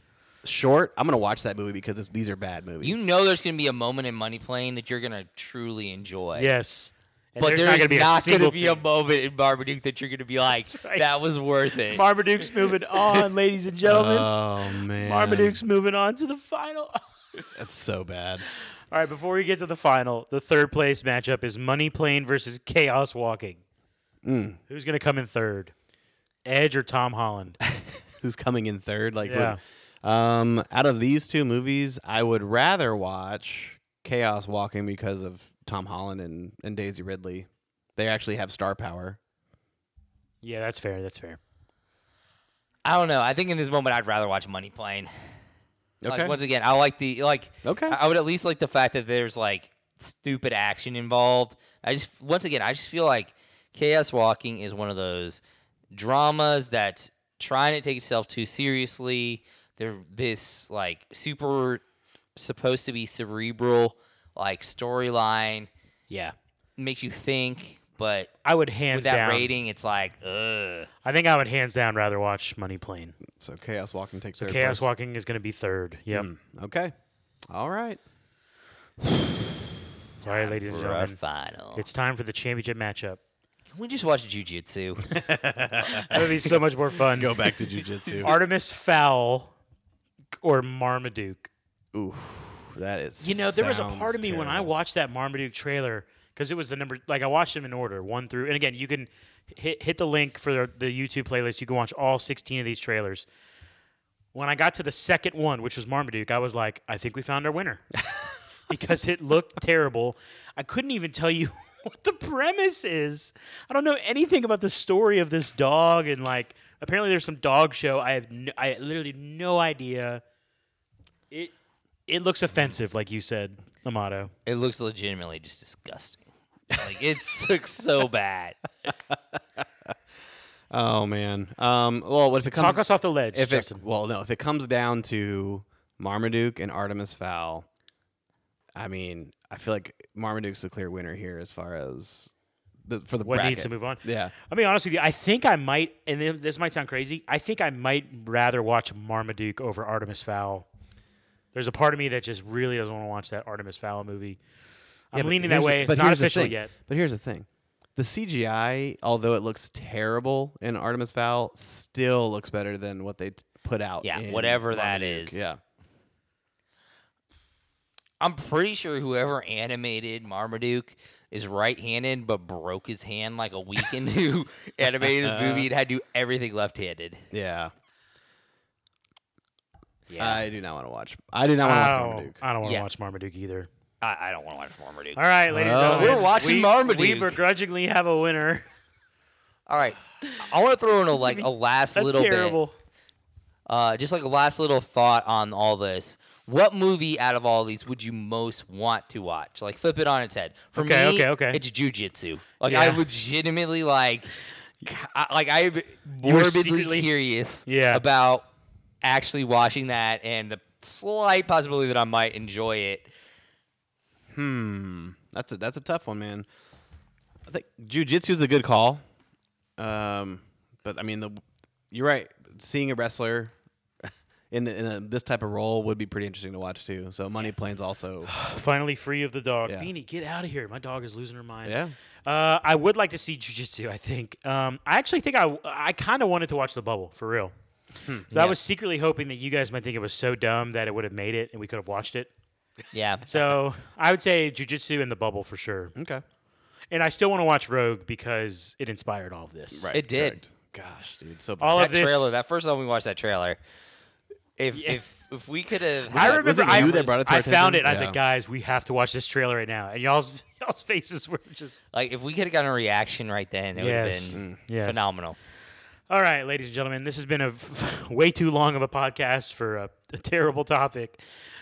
short, I'm gonna watch that movie because it's, these are bad movies. You know, there's gonna be a moment in Money Plane that you're gonna truly enjoy. yes. And but there's, there's not gonna be a single thing. moment in Marmaduke that you're gonna be like, right. that was [LAUGHS] worth it. Marmaduke's moving on, ladies and gentlemen. Oh man, Marmaduke's moving on to the final. [LAUGHS] That's so bad. All right, before we get to the final, the third place matchup is Money Plane versus Chaos Walking. Mm. Who's going to come in third? Edge or Tom [LAUGHS] Holland? Who's coming in third? Like, Yeah. would- um, out of these two movies, I would rather watch Chaos Walking because of Tom Holland and, and Daisy Ridley. They actually have star power. yeah, that's fair. That's fair. I don't know. I think in this moment, I'd rather watch Money Plane. Like, Okay. once again, I like the like. Okay. I I would at least like the fact that there's like stupid action involved. I just once again, I just feel like Chaos Walking is one of those dramas that's trying to take itself too seriously. They're this like super supposed to be cerebral like storyline Yeah, makes you think, but I would hands with that down. rating, it's like ugh. I think I would hands down rather watch Money Plane. So Chaos Walking takes So third Chaos place. Walking is going to be third. Yep. Mm, Okay. All right. All right, ladies and For our gentlemen, final, it's time for the championship [LAUGHS] matchup. Can we just [LAUGHS] watch jujitsu. That would be so much more fun. Go back to jujitsu. Artemis Fowl or Marmaduke. Ooh, [LAUGHS] that is. You know, there was a part of sounds me when I terrible. watched that Marmaduke trailer because it was the number. Like I watched them in order, one through. And again, you can hit hit the link for the, the YouTube playlist. You can watch all sixteen of these trailers. When I got to the second one, which was Marmaduke, I was like, I think we found our [LAUGHS] winner because it looked terrible. I couldn't even tell you [LAUGHS] what the premise is. I don't know anything about the story of this dog and like. Apparently, there's some dog show. I have no, I literally no idea. It it looks offensive, like you said, Amato. It looks legitimately just disgusting. Like it [LAUGHS] looks so bad. Oh man. Um. Well, if it comes Talk us off the ledge, if it, Justin. well, no, if it comes down to Marmaduke and Artemis Fowl, I mean, I feel like Marmaduke's the clear winner here as far as the for the what bracket. needs to move on? Yeah. I mean, honestly, I think I might, and th- this might sound crazy. I think I might rather watch Marmaduke over Artemis Fowl There's a part of me that just really doesn't want to watch that Artemis Fowl movie. I'm Yeah, but leaning that here's the- way. but it's not here's the official thing. yet. But here's the thing. The CGI, although it looks terrible in Artemis Fowl, still looks better than what they t- put out. Yeah, in whatever that Marmaduke. is. Yeah. I'm pretty sure whoever animated Marmaduke is right-handed, but broke his hand like a week into animating this movie and had to do everything left-handed. Yeah. Yeah, I do not want to watch. I do not want to I watch don't, Marmaduke. I don't want to Yeah. watch Marmaduke either. I, I don't want to watch Marmaduke. All right, ladies. and Well, gentlemen, we're watching we- We Marmaduke. begrudgingly have a winner. All right, I want to throw in a, like a last That's little bit. terrible. Uh, just like a last little thought on all this. What movie out of all these would you most want to watch? Like flip it on its head. For Okay, me, okay, okay. it's jujitsu. Like Yeah. I legitimately like, I, like I'm were morbidly secretly- curious Yeah. about actually watching that and the slight possibility that I might enjoy it. Hmm. That's a that's a tough one, man. I think jujitsu is a good call. Um, but I mean, the you're right. Seeing a wrestler [LAUGHS] in in a, this type of role would be pretty interesting to watch too. So Money Planes also. Finally free of the dog. Yeah. Beanie, get out of here. My dog is losing her mind. yeah. Uh, I would like to see jujitsu. I think. Um, I actually think I I kind of wanted to watch the bubble for real. Hmm, so I was secretly hoping that you guys might think it was so dumb that it would have made it and we could have watched [LAUGHS] it. Yeah. [LAUGHS] So I would say jujitsu and the bubble for sure. Okay. And I still want to watch Rogue because it inspired all of this. It did. Gosh, dude. So All bad. of that this- trailer, that first time we watched that trailer, if if if we could have, I had- Was remember it I, you that brought it to our I found it. attention? I was Yeah. like, guys, we have to watch this trailer right now. And y'all's [LAUGHS] y'all's faces were just like if we could have gotten a reaction right then, it yes, Mm. would have been yes. phenomenal. All right, ladies and gentlemen, this has been a [LAUGHS] way too long of a podcast for a, a terrible topic,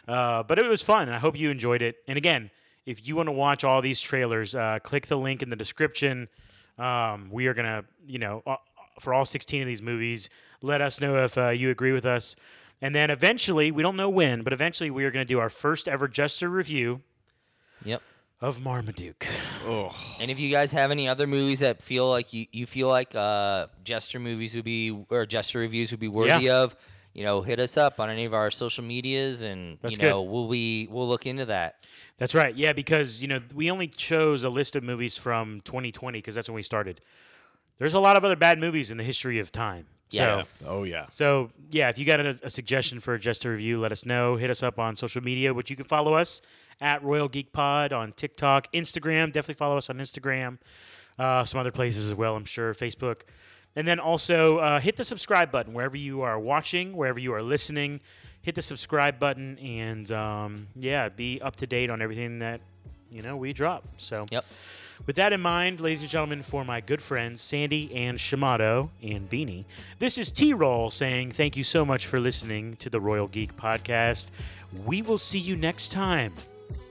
uh, but it was fun. I hope you enjoyed it. And again, if you want to watch all these trailers, uh, click the link in the description. Um, we are gonna, you know, uh, for all 16 of these movies, let us know if uh, you agree with us. And then eventually, we don't know when, but eventually, we are going to do our first ever Jester review Yep. of Marmaduke. And if you guys have any other movies that feel like you, you feel like uh, Jester movies would be or Jester reviews would be worthy Yeah. of, you know, hit us up on any of our social medias, and That's you know we'll be we'll look into that. That's right. Yeah, because you know we only chose a list of movies from 2020 because that's when we started. There's a lot of other bad movies in the history of time. Yes. So, Oh yeah. so yeah, if you got a, a suggestion for a Just a Review, let us know. Hit us up on social media, which you can follow us at Royal Geek Pod on TikTok, Instagram. Definitely follow us on Instagram. Uh, some other places as well, I'm sure. Facebook. And then also uh, hit the subscribe button wherever you are watching, wherever you are listening. Hit the subscribe button and um, yeah, be up to date on everything that you know we drop. So Yep. with that in mind, ladies and gentlemen, for my good friends Sandy and Shimato and Beanie, this is T Roll saying thank you so much for listening to the Royal Geek Podcast. We will see you next time,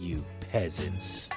you peasants.